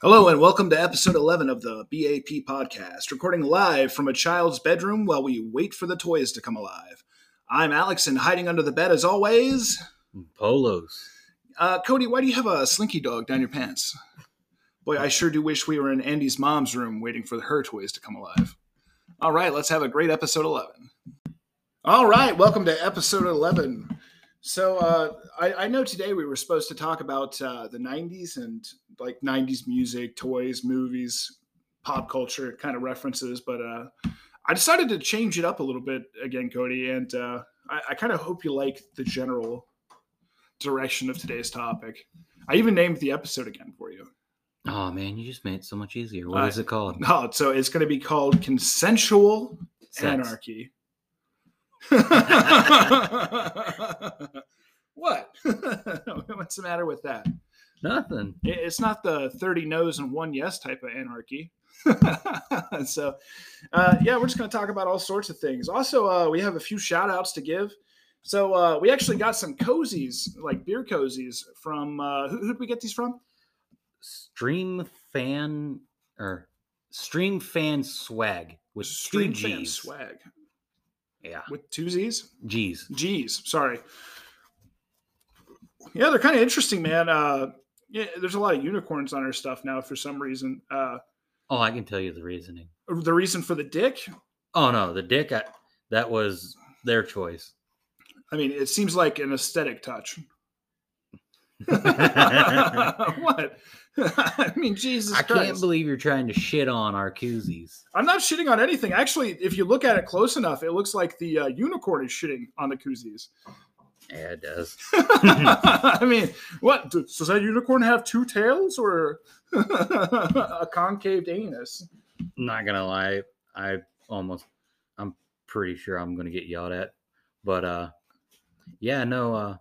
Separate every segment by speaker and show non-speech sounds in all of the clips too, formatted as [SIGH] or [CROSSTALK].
Speaker 1: Hello, and welcome to episode 11 of the BAP podcast, recording live from a child's bedroom while we wait for the toys to come alive. I'm Alex, and hiding under the bed as always.
Speaker 2: Polos.
Speaker 1: Uh, Cody, why do you have a slinky dog down your pants? Boy, I sure do wish we were in Andy's mom's room waiting for her toys to come alive. All right, let's have a great episode 11. All right, welcome to episode 11. So, uh, I, I know today we were supposed to talk about uh, the 90s and like 90s music, toys, movies, pop culture kind of references, but uh, I decided to change it up a little bit again, Cody, and uh, I, I kind of hope you like the general direction of today's topic. I even named the episode again for you.
Speaker 2: Oh man, you just made it so much easier. What is
Speaker 1: I- [LAUGHS]
Speaker 2: it called?
Speaker 1: Oh, so it's going to be called consensual
Speaker 2: Sex.
Speaker 1: anarchy. [LAUGHS] what? [LAUGHS] What's the matter with that?
Speaker 2: Nothing.
Speaker 1: It- It's not the 30 no's and one yes type of anarchy. [LAUGHS] so, uh, yeah, we're just going to talk about all sorts of things. Also, uh, we have a few shout outs to give. So, uh, we actually got some cozies, like beer cozies, from uh, who who did we get these from?
Speaker 2: Stream fan or stream fan swag with
Speaker 1: Stream
Speaker 2: two
Speaker 1: Fan
Speaker 2: G's.
Speaker 1: Swag
Speaker 2: Yeah,
Speaker 1: with two Z's.
Speaker 2: G's.
Speaker 1: Geez, sorry. Yeah, they're kind of interesting, man. Uh, yeah, there's a lot of unicorns on our stuff now for some reason. Uh,
Speaker 2: Oh, I can tell you the reasoning.
Speaker 1: the reason for the dick,
Speaker 2: Oh no, the dick. I, that was their choice.
Speaker 1: I mean, it seems like an aesthetic touch. [LAUGHS]
Speaker 2: I
Speaker 1: what? [LAUGHS] I mean, Jesus Christ.
Speaker 2: can't believe you're trying to shit on our koozies.
Speaker 1: I'm not shitting on anything. Actually, if you look at it close enough, it looks like the uh, unicorn is shitting on the koozies.
Speaker 2: Yeah, it does.
Speaker 1: [LAUGHS] I mean, what d- does that unicorn have two tails or [LAUGHS] a concaved anus?
Speaker 2: Not gonna lie, I almost. I'm pretty sure I'm gonna get yelled at, but uh, yeah, no. Uh,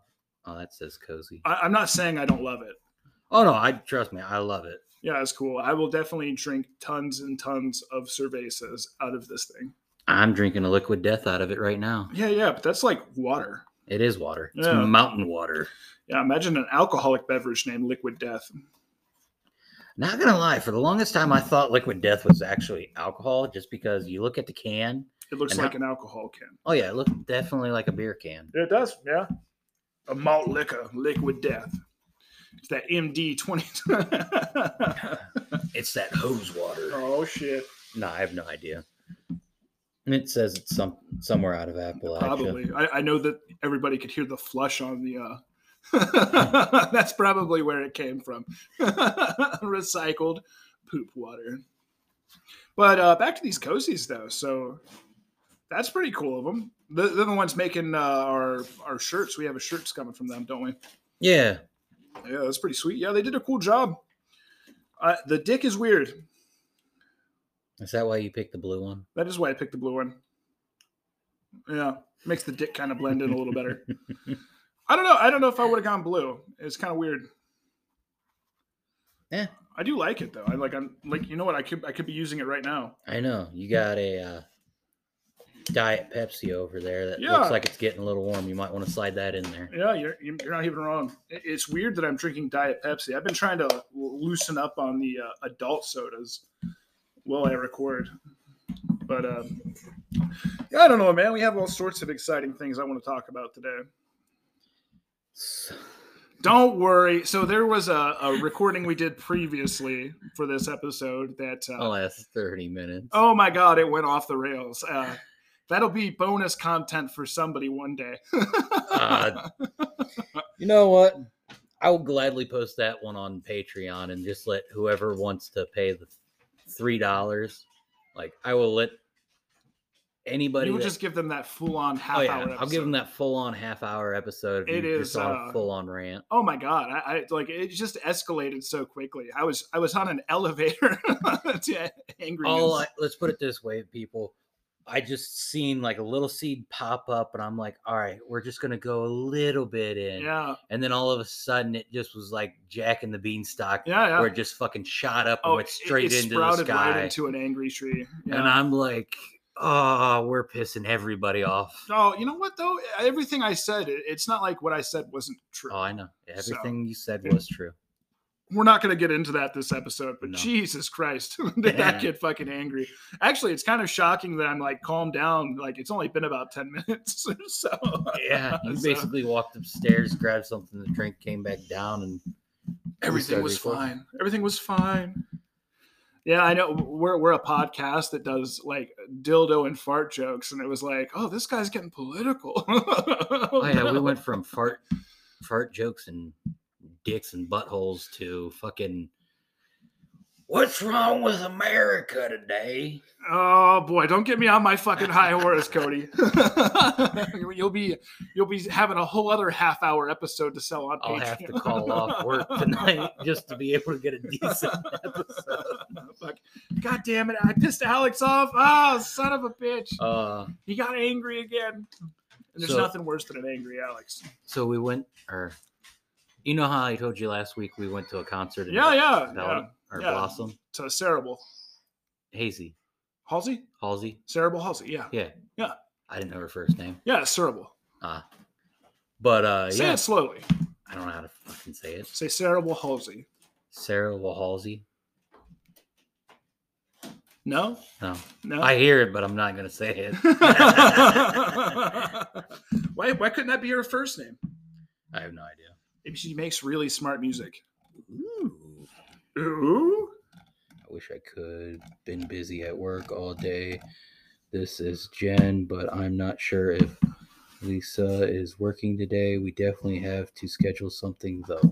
Speaker 2: oh, that says cozy.
Speaker 1: I, I'm not saying I don't love it.
Speaker 2: Oh no, I trust me, I love it.
Speaker 1: Yeah, it's cool. I will definitely drink tons and tons of cervezas out of this thing.
Speaker 2: I'm drinking a liquid death out of it right now.
Speaker 1: Yeah, yeah, but that's like water.
Speaker 2: It is water. It's
Speaker 1: Yeah.
Speaker 2: mountain water.
Speaker 1: Yeah, imagine an alcoholic beverage named Liquid Death.
Speaker 2: Not gonna lie, for the longest time I thought liquid death was actually alcohol just because you look at the can.
Speaker 1: It looks
Speaker 2: And
Speaker 1: like an alcohol can.
Speaker 2: Oh yeah, it looked definitely like a beer can.
Speaker 1: It does, yeah. A malt liquor, Liquid Death. It's that MD twenty. [LAUGHS]
Speaker 2: It's that hose water.
Speaker 1: oh shit!
Speaker 2: No, I have no idea. And it says it's some somewhere out of Appalachia.
Speaker 1: Probably. I, I know that everybody could hear the flush on the. Uh... [LAUGHS] That's probably where it came from. [LAUGHS] Recycled poop water. But uh, back to these cozies, though. So that's pretty cool of them. They're the ones making uh, our our shirts. We have a shirts coming from them, don't we?
Speaker 2: Yeah.
Speaker 1: Yeah, that's pretty sweet. Yeah, they did a cool job. Uh, the dick is weird.
Speaker 2: Is that why you picked the blue one?
Speaker 1: That is why I picked the blue one. Yeah, makes the dick kind of blend in a little better. I don't know. I don't know if I would have gone blue. It's kind of weird.
Speaker 2: Yeah.
Speaker 1: I do like it though. I like. I'm like. You know what? I could. I could be using it right now.
Speaker 2: I know. You got a uh, diet Pepsi over there that
Speaker 1: Yeah.
Speaker 2: looks like it's getting a little warm. You might want to slide that in there.
Speaker 1: Yeah, you're you're not even wrong. It- It's weird that I'm drinking Diet Pepsi. I've been trying to loosen up on the uh, adult sodas while I record, but um, yeah, I don't know, man. We have all sorts of exciting things I want to talk about today.
Speaker 2: So- [LAUGHS]
Speaker 1: Don't worry. So there was a, a recording we did previously for this episode that uh,
Speaker 2: the last 30 minutes.
Speaker 1: oh my god, it went off the rails. Uh, that'll be bonus content for somebody one day. [LAUGHS]
Speaker 2: Uh, you know what? I will gladly post that one on Patreon and just let whoever wants to pay the three dollars. Like I will let anybody.
Speaker 1: you would
Speaker 2: that-
Speaker 1: just give them that full on half
Speaker 2: oh
Speaker 1: hour.
Speaker 2: yeah,
Speaker 1: Episode.
Speaker 2: I'll give them that full on half hour episode.
Speaker 1: It
Speaker 2: It is
Speaker 1: is,
Speaker 2: just on
Speaker 1: uh,
Speaker 2: a full on rant.
Speaker 1: Oh my god, I, I like it just escalated so quickly. I was I was on an [LAUGHS] elevator to angry.
Speaker 2: All I, let's put it this way, people. I just seen like a little seed pop up, and I'm like, all right, we're just gonna go a little bit in,
Speaker 1: yeah,
Speaker 2: and then all of a sudden it just was like Jack and the Beanstalk,
Speaker 1: yeah, yeah.
Speaker 2: where it just fucking shot up and
Speaker 1: oh,
Speaker 2: went
Speaker 1: it-
Speaker 2: straight
Speaker 1: it
Speaker 2: into the
Speaker 1: sprouted
Speaker 2: sky.
Speaker 1: right into an angry tree. Yeah.
Speaker 2: And I'm like, oh, we're
Speaker 1: [LAUGHS]
Speaker 2: pissing everybody off.
Speaker 1: No, you know what though? Everything I said, it- it's not like what I said wasn't true.
Speaker 2: Oh, I know.
Speaker 1: So- [LAUGHS]
Speaker 2: Everything you said
Speaker 1: Yeah.
Speaker 2: was true.
Speaker 1: we're not going to get into that this episode, but
Speaker 2: No.
Speaker 1: Jesus Christ, [LAUGHS] did I get fucking angry? Actually, it's kind of shocking that I'm like calm down. Like it's only been about ten [LAUGHS] minutes, so [LAUGHS]
Speaker 2: Yeah, you
Speaker 1: So-
Speaker 2: basically walked upstairs, grabbed something to drink, came back
Speaker 1: [LAUGHS]
Speaker 2: down, and
Speaker 1: everything
Speaker 2: started
Speaker 1: was
Speaker 2: recording.
Speaker 1: fine. Everything was fine. Yeah, I know. We're we're a podcast that does like dildo and fart jokes, and it was like, oh, this guy's getting political. [LAUGHS]
Speaker 2: oh yeah, we went from fart fart jokes and dicks and buttholes to fucking what's wrong with America today?
Speaker 1: Oh boy, don't get me on my fucking high horse, Cody. [LAUGHS] you'll be you'll be having a whole other half hour episode to sell on
Speaker 2: I'll
Speaker 1: Patreon.
Speaker 2: have to call off work tonight just to be able to get a decent [LAUGHS] episode.
Speaker 1: [LAUGHS] Fuck. God damn it, I pissed Alex off. Oh, son of a bitch.
Speaker 2: Uh
Speaker 1: He got angry again. And there's
Speaker 2: So-
Speaker 1: nothing worse than an angry Alex.
Speaker 2: so we went or you know how I told you last week we went to a concert in
Speaker 1: Yeah, yeah. yeah.
Speaker 2: Val- or
Speaker 1: yeah.
Speaker 2: Blossom?
Speaker 1: So cerebral.
Speaker 2: Hazy.
Speaker 1: Halsey?
Speaker 2: Halsey.
Speaker 1: Cerebral Halsey, yeah.
Speaker 2: Yeah.
Speaker 1: Yeah.
Speaker 2: I didn't know her first name.
Speaker 1: Yeah, cerebral.
Speaker 2: But uh
Speaker 1: Say
Speaker 2: yeah,
Speaker 1: it slowly.
Speaker 2: I don't know how to fucking say it.
Speaker 1: Say cerebral Halsey.
Speaker 2: Sarah Halsey.
Speaker 1: No?
Speaker 2: No.
Speaker 1: No.
Speaker 2: I hear it, but I'm not gonna say
Speaker 1: [LAUGHS]
Speaker 2: it. [LAUGHS]
Speaker 1: why, why couldn't that be her first name?
Speaker 2: I have no idea.
Speaker 1: Maybe she makes really smart music.
Speaker 2: Ooh.
Speaker 1: Ooh.
Speaker 2: I wish I could. Been busy at work all day. This is Jen, but I'm not sure if Lisa is working today. We definitely have to schedule something though.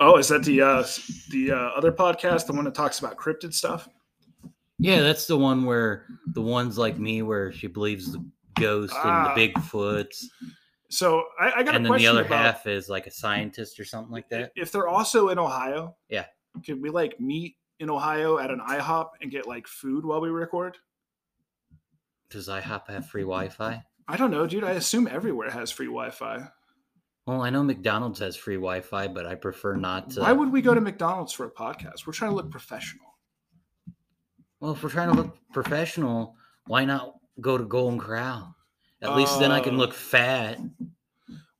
Speaker 1: Oh, is that the uh, the uh, other podcast, the one that talks about cryptid stuff?
Speaker 2: Yeah, that's the one where the ones like me where she believes the ghosts
Speaker 1: Ah.
Speaker 2: and the Bigfoots.
Speaker 1: So I, I got
Speaker 2: And
Speaker 1: a
Speaker 2: then
Speaker 1: question
Speaker 2: the other
Speaker 1: about
Speaker 2: half is like a scientist or something like that.
Speaker 1: if they're also in Ohio.
Speaker 2: Yeah.
Speaker 1: Could we like meet in Ohio at an IHOP and get like food while we record?
Speaker 2: Does IHOP have free Wi Fi?
Speaker 1: I don't know, dude. I assume everywhere has free Wi-Fi.
Speaker 2: Well, I know McDonald's has free Wi Fi, but I prefer not to.
Speaker 1: Why would we go to McDonald's for a podcast? We're trying to look professional.
Speaker 2: Well, if we're trying to look professional, why not go to Golden Corral? At least then I can
Speaker 1: Oh.
Speaker 2: look fat.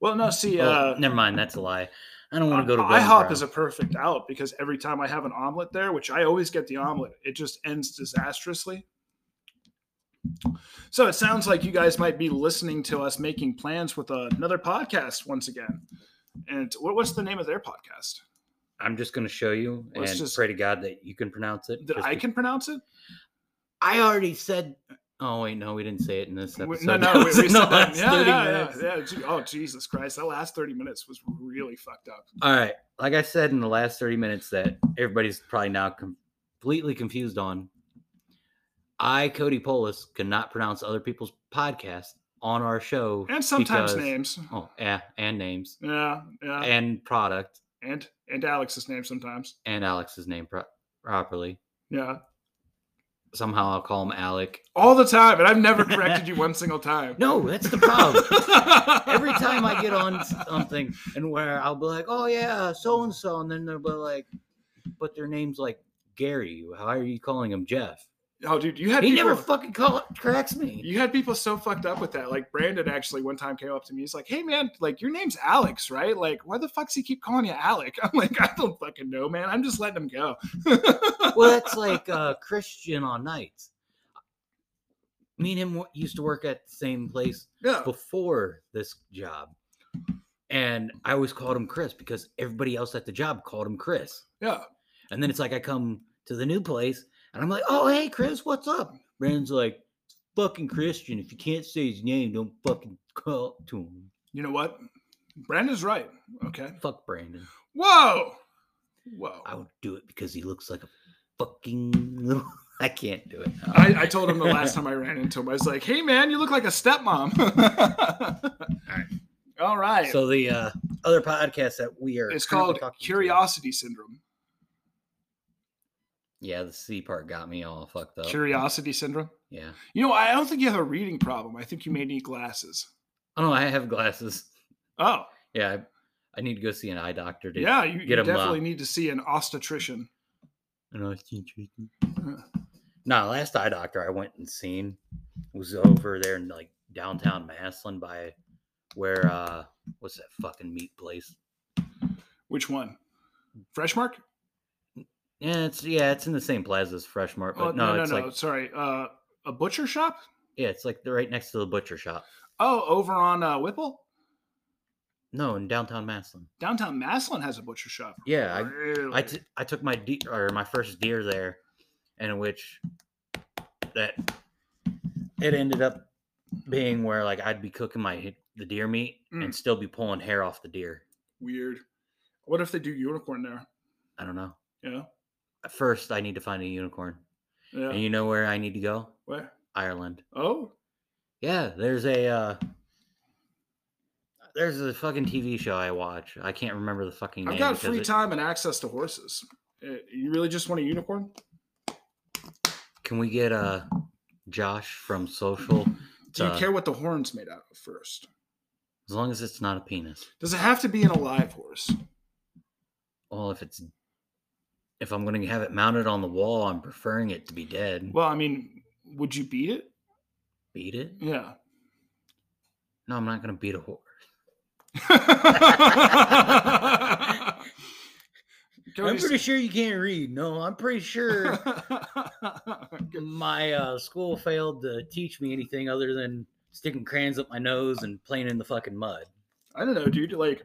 Speaker 1: Well, no, see,
Speaker 2: Well,
Speaker 1: uh,
Speaker 2: never mind, that's a lie. I don't want to go to Golden
Speaker 1: IHOP
Speaker 2: Corral.
Speaker 1: Uh, is a perfect out because every time I have an omelet there, which I always get the omelet, it just ends disastrously. So it sounds like you guys might be listening to us making plans with another podcast once again. And what, what's the name of their podcast?
Speaker 2: I'm just going to show you and
Speaker 1: Let's just-
Speaker 2: pray to God that you can pronounce it.
Speaker 1: That
Speaker 2: just
Speaker 1: I
Speaker 2: be-
Speaker 1: can pronounce it?
Speaker 2: I already said. Oh wait, no, we didn't say it in this
Speaker 1: We-
Speaker 2: episode.
Speaker 1: no, no,
Speaker 2: [LAUGHS] That
Speaker 1: we,
Speaker 2: was
Speaker 1: we
Speaker 2: in
Speaker 1: said
Speaker 2: the
Speaker 1: that. [LAUGHS]
Speaker 2: last
Speaker 1: Yeah,
Speaker 2: 30
Speaker 1: yeah, yeah,
Speaker 2: minutes.
Speaker 1: yeah, gee- Oh, Jesus Christ. That last 30 minutes was really fucked up.
Speaker 2: All right, like I said in the last 30 minutes, that everybody's probably now com- completely confused on. I, Cody Polis, cannot pronounce other people's podcasts on our show
Speaker 1: And sometimes
Speaker 2: Because-
Speaker 1: names.
Speaker 2: Oh, yeah, and names
Speaker 1: Yeah, yeah.
Speaker 2: and product
Speaker 1: And and Alex's name sometimes.
Speaker 2: and Alex's name pro- properly.
Speaker 1: Yeah.
Speaker 2: Somehow I'll call him Alec.
Speaker 1: All the time. And I've
Speaker 2: [LAUGHS]
Speaker 1: never corrected you one single time.
Speaker 2: No, that's the problem. Every time I get on something and where I'll be like, oh yeah, so and so, and then they'll be like, but their name's like Gary. How are you calling him Jeff?
Speaker 1: [LAUGHS] Oh, dude, you had
Speaker 2: He
Speaker 1: people,
Speaker 2: never fucking call, corrects me.
Speaker 1: you had people so fucked up with that. Like Brandon actually one time came up to me. He's like, "Hey man, like your name's Alex, right? Like why the fuck's he keep calling you Alec?" [LAUGHS] I'm like, "I don't fucking know, man. I'm just letting him go." [LAUGHS]
Speaker 2: [LAUGHS] Well, that's like uh, Christian on nights. Me and him wo- used to work at the same place
Speaker 1: yeah.
Speaker 2: uh, before this job. And I always called him Chris because everybody else at the job called him Chris.
Speaker 1: Yeah.
Speaker 2: And then it's like I come to the new place and I'm like, oh, hey, Chris, what's up? Brandon's like, fucking Christian. If you can't say his name, don't fucking call to him.
Speaker 1: You know what? Brandon's right. Okay.
Speaker 2: Fuck Brandon.
Speaker 1: Whoa. Whoa.
Speaker 2: I would do it because he looks like a fucking little. [LAUGHS] I can't do it. now.
Speaker 1: I, I told him the last time I ran into him, I was like, "Hey, man, you look like a stepmom." [LAUGHS] All right, all right.
Speaker 2: So the uh, other podcast that we are
Speaker 1: it's
Speaker 2: currently
Speaker 1: called
Speaker 2: talking to-
Speaker 1: curiosity syndrome.
Speaker 2: Yeah, the C part got me all fucked up.
Speaker 1: Curiosity syndrome.
Speaker 2: Yeah.
Speaker 1: You know, I don't think you have a reading problem. I think you may need glasses.
Speaker 2: Oh no, I have glasses.
Speaker 1: Oh,
Speaker 2: Yeah, I, I need to go see an eye doctor. To
Speaker 1: yeah. You, you
Speaker 2: get 'em, uh,
Speaker 1: definitely need to see an obstetrician.
Speaker 2: An osteoarthritis.
Speaker 1: Uh,
Speaker 2: Nah, last eye doctor I went and seen was over there in like downtown Maslin by where uh what's that fucking meat place?
Speaker 1: Which one? Freshmark?
Speaker 2: Yeah, it's yeah, it's in the same plaza as Fresh Mart, but
Speaker 1: Oh,
Speaker 2: no,
Speaker 1: no, no,
Speaker 2: it's
Speaker 1: no.
Speaker 2: like
Speaker 1: Sorry. Uh, a butcher shop?
Speaker 2: yeah, it's like they're right next to the butcher shop.
Speaker 1: Oh, over on uh, Whipple?
Speaker 2: No, in downtown Maslin.
Speaker 1: Downtown Maslin has a butcher shop.
Speaker 2: Yeah, I
Speaker 1: really?
Speaker 2: I, t- I took my de- or my first deer there, and in which that it ended up being where like I'd be cooking my the deer meat
Speaker 1: Mm.
Speaker 2: and still be pulling hair off the deer.
Speaker 1: Weird. What if they do unicorn there?
Speaker 2: I don't know.
Speaker 1: Yeah.
Speaker 2: First, I need to find a unicorn,
Speaker 1: Yeah.
Speaker 2: and you know where I need to go?
Speaker 1: Where?
Speaker 2: Ireland.
Speaker 1: Oh,
Speaker 2: Yeah, there's a uh there's a fucking TV show I watch. I can't remember the fucking name.
Speaker 1: I've got
Speaker 2: because
Speaker 1: free
Speaker 2: it-
Speaker 1: time and access to horses. Uh, you really just want a unicorn?
Speaker 2: Can we get uh Josh from Social?
Speaker 1: Do you
Speaker 2: to-
Speaker 1: care what the horn's made out of first?
Speaker 2: As long as it's not a penis.
Speaker 1: Does it have to be an alive horse?
Speaker 2: Well, if it's if I'm going to have it mounted on the wall, I'm preferring it to be dead.
Speaker 1: Well, I mean, would you beat it?
Speaker 2: Beat it?
Speaker 1: Yeah. [LAUGHS]
Speaker 2: No, I'm not going to beat a horse. I'm
Speaker 1: Cody's- [LAUGHS]
Speaker 2: pretty sure you can't read. No, I'm pretty sure my uh, school failed to teach me anything other than sticking crayons up my nose and playing in the fucking mud.
Speaker 1: I don't know, dude. Like,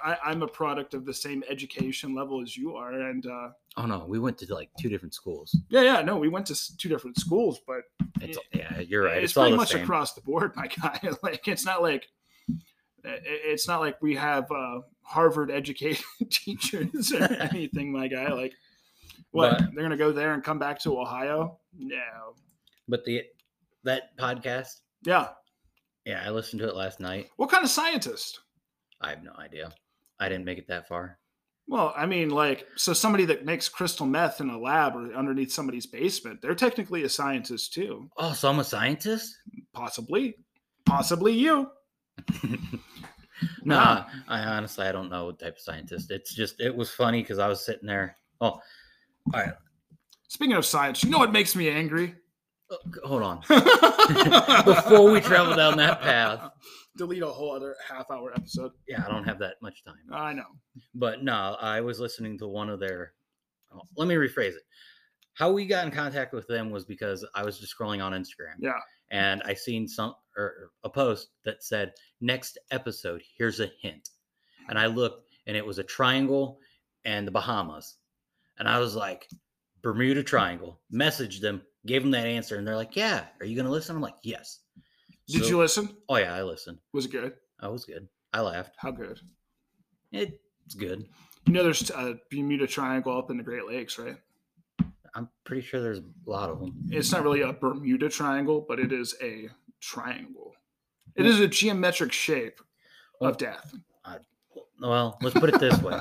Speaker 1: I, I'm a product of the same education level as you are, and uh,
Speaker 2: Oh no, we went to like two different schools.
Speaker 1: yeah, yeah, no, we went to s- two different schools, but
Speaker 2: It's yeah, you're right.
Speaker 1: it's,
Speaker 2: It's, all
Speaker 1: pretty
Speaker 2: the
Speaker 1: much
Speaker 2: same.
Speaker 1: across the board, my [LAUGHS] guy. like, it's not like it- it's not like we have uh, Harvard educated [LAUGHS] teachers
Speaker 2: [LAUGHS]
Speaker 1: or anything, my guy. Like, what
Speaker 2: But-
Speaker 1: they're gonna go there and come back to Ohio? No,
Speaker 2: But the that podcast,
Speaker 1: yeah.
Speaker 2: yeah, I listened to it last night.
Speaker 1: What kind of scientist?
Speaker 2: I have no idea. I didn't make it that far.
Speaker 1: Well, I mean, like, so somebody that makes crystal meth in a lab or underneath somebody's basement, they're technically a scientist too.
Speaker 2: Oh, so I'm a scientist?
Speaker 1: Possibly. Possibly
Speaker 2: [LAUGHS]
Speaker 1: you.
Speaker 2: nah, I honestly I don't know what type of scientist. It's just it was funny because I was sitting there. Oh,
Speaker 1: Speaking of science, you know what makes me angry?
Speaker 2: oh, c- hold [LAUGHS] on.
Speaker 1: Before
Speaker 2: we travel down that path.
Speaker 1: Delete a whole other half hour episode.
Speaker 2: Yeah, I don't have that much time.
Speaker 1: I know.
Speaker 2: But no, I was listening to one of their. oh, let me rephrase it. How we got in contact with them was because I was just scrolling on Instagram.
Speaker 1: Yeah.
Speaker 2: And I seen some or a post that said next episode. Here's a hint. And I looked, and it was a triangle and the Bahamas. And I was like, Bermuda Triangle. Messaged them, gave them that answer, and they're like, Yeah, are you gonna listen? I'm like, Yes.
Speaker 1: Did
Speaker 2: So-
Speaker 1: you listen?
Speaker 2: Oh yeah, I listened.
Speaker 1: Was it good?
Speaker 2: I was good. I laughed.
Speaker 1: How good?
Speaker 2: It's good.
Speaker 1: You know, there's a Bermuda Triangle up in the Great Lakes, right?
Speaker 2: I'm pretty sure there's a lot of them.
Speaker 1: It's not really a Bermuda Triangle, but it is a triangle. It is a geometric shape
Speaker 2: Well-
Speaker 1: of death.
Speaker 2: Well, let's put it this way.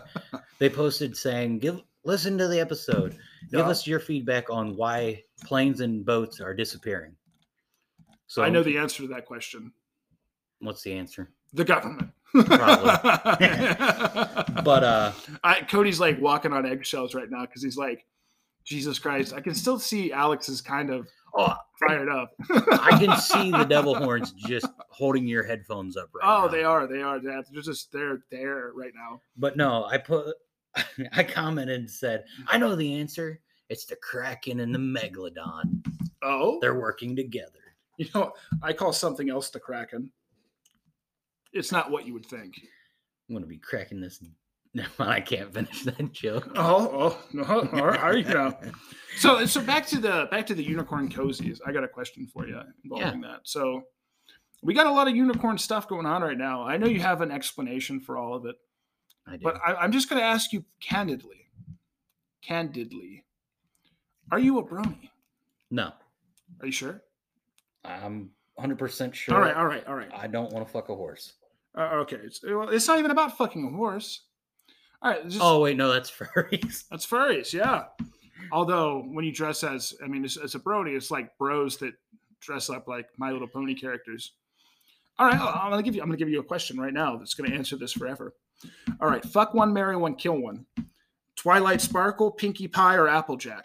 Speaker 2: they posted saying, "Give listen to the episode. Give
Speaker 1: Yeah.
Speaker 2: us your feedback on why planes and boats are disappearing." So
Speaker 1: I know the answer to that question.
Speaker 2: what's the answer?
Speaker 1: The government. [LAUGHS]
Speaker 2: [LAUGHS] But uh
Speaker 1: I, Cody's like walking on eggshells right now because he's like, Jesus Christ, I can still see Alex is kind of
Speaker 2: oh,
Speaker 1: fired up.
Speaker 2: I can see the devil horns just holding your headphones up right
Speaker 1: Oh,
Speaker 2: now.
Speaker 1: they are. They are. They're just they're there right now.
Speaker 2: But no, I put [LAUGHS] I commented and said, "I know the answer. It's the Kraken and the Megalodon.
Speaker 1: Oh,
Speaker 2: They're working together."
Speaker 1: you know, I call something else the Kraken. It's not what you would think.
Speaker 2: I'm gonna be cracking this. [LAUGHS] No, I can't finish that joke.
Speaker 1: Oh, oh, no, all right now. [LAUGHS] So, so back to the back to the unicorn cozies. I got a question for you involving that. So, we got a lot of unicorn stuff going on right now. I know you have an explanation for all of it,
Speaker 2: [LAUGHS] I do.
Speaker 1: but I, I'm just going to ask you candidly. Candidly, are you a brony?
Speaker 2: no,
Speaker 1: Are you sure?
Speaker 2: I'm 100 percent sure.
Speaker 1: All right, all right, all right.
Speaker 2: I don't want to fuck a horse.
Speaker 1: Uh, okay, it's, well, it's not even about fucking a horse. All right, just,
Speaker 2: Oh wait, no, that's [LAUGHS] furries.
Speaker 1: That's furries, yeah. Although when you dress as, I mean, as, as a brony, it's like bros that dress up like My Little Pony characters. All right, I- I'm gonna give you. I'm gonna give you a question right now that's gonna answer this forever. All right, fuck one, marry one, kill one. Twilight Sparkle, Pinkie Pie, or Applejack?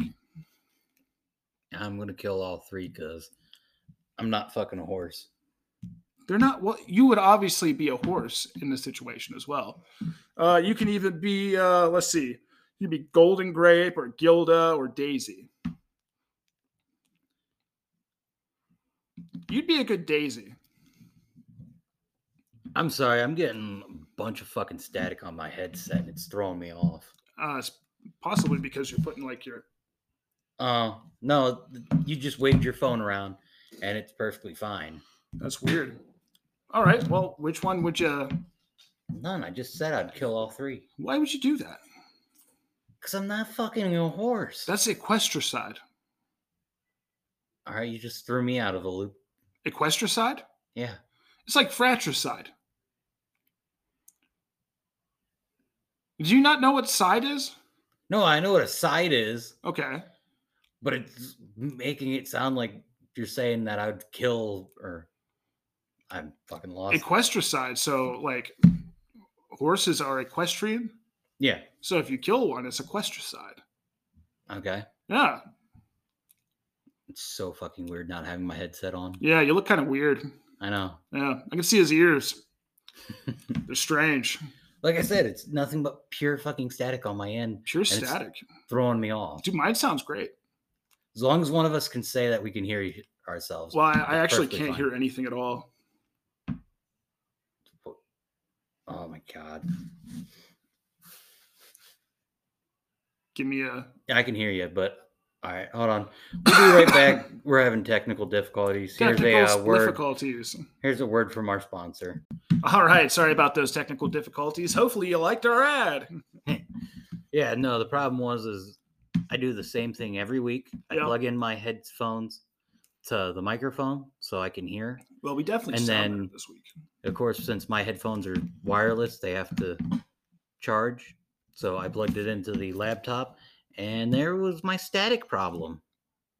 Speaker 2: I'm gonna kill all three because I'm not fucking a horse.
Speaker 1: They're not. Well, you would obviously be a horse in this situation as well. Uh, you can even be. Uh, let's see. You'd be Golden Grape or Gilda or Daisy. You'd be a good Daisy.
Speaker 2: I'm sorry, I'm getting a bunch of fucking static on my headset and it's throwing me off.
Speaker 1: Uh, it's possibly because you're putting like your.
Speaker 2: Uh, no, you just waved your phone around and it's perfectly fine.
Speaker 1: That's weird. All right. Well, which one would you?
Speaker 2: None. I just said I'd kill all three
Speaker 1: Why would you do that?
Speaker 2: because I'm not fucking a horse.
Speaker 1: That's equestricide.
Speaker 2: All right, you just threw me out of the loop.
Speaker 1: Equestricide.
Speaker 2: Yeah.
Speaker 1: It's like fratricide. Do you not know what side is?
Speaker 2: No, I know what a side is,
Speaker 1: Okay.
Speaker 2: but it's making it sound like you're saying that I'd kill or I'm fucking lost.
Speaker 1: Equestricide. So, like, horses are equestrian.
Speaker 2: yeah.
Speaker 1: So, if you kill one, it's equestricide.
Speaker 2: Okay.
Speaker 1: Yeah.
Speaker 2: It's so fucking weird not having my headset on.
Speaker 1: Yeah. You look kind of weird.
Speaker 2: I know.
Speaker 1: Yeah. I can see his ears.
Speaker 2: [LAUGHS]
Speaker 1: They're strange.
Speaker 2: Like I said, it's nothing but pure fucking static on my end,
Speaker 1: Pure
Speaker 2: it's-
Speaker 1: static.
Speaker 2: throwing me off.
Speaker 1: Dude, mine sounds great.
Speaker 2: As long as one of us can say that we can hear y- ourselves.
Speaker 1: Well, I, I
Speaker 2: That's
Speaker 1: actually
Speaker 2: perfectly
Speaker 1: can't
Speaker 2: fine.
Speaker 1: hear anything at all.
Speaker 2: Oh my god.
Speaker 1: Give me a.
Speaker 2: I can hear you, but all right, hold on. We'll be right back. We're having technical difficulties. Here's a uh,
Speaker 1: Technical
Speaker 2: word.
Speaker 1: difficulties. [LAUGHS]
Speaker 2: Here's a word from our sponsor.
Speaker 1: All right. Sorry about those technical difficulties. Hopefully, you liked our ad.
Speaker 2: Yeah, no, the problem was is I do the same thing every week. I
Speaker 1: Yeah.
Speaker 2: plug in my headphones to the microphone so I can hear.
Speaker 1: Well, we definitely
Speaker 2: And
Speaker 1: sound
Speaker 2: then-
Speaker 1: better this week.
Speaker 2: Of course, since my headphones are wireless, they have to charge. So I plugged it into the laptop and there was my static problem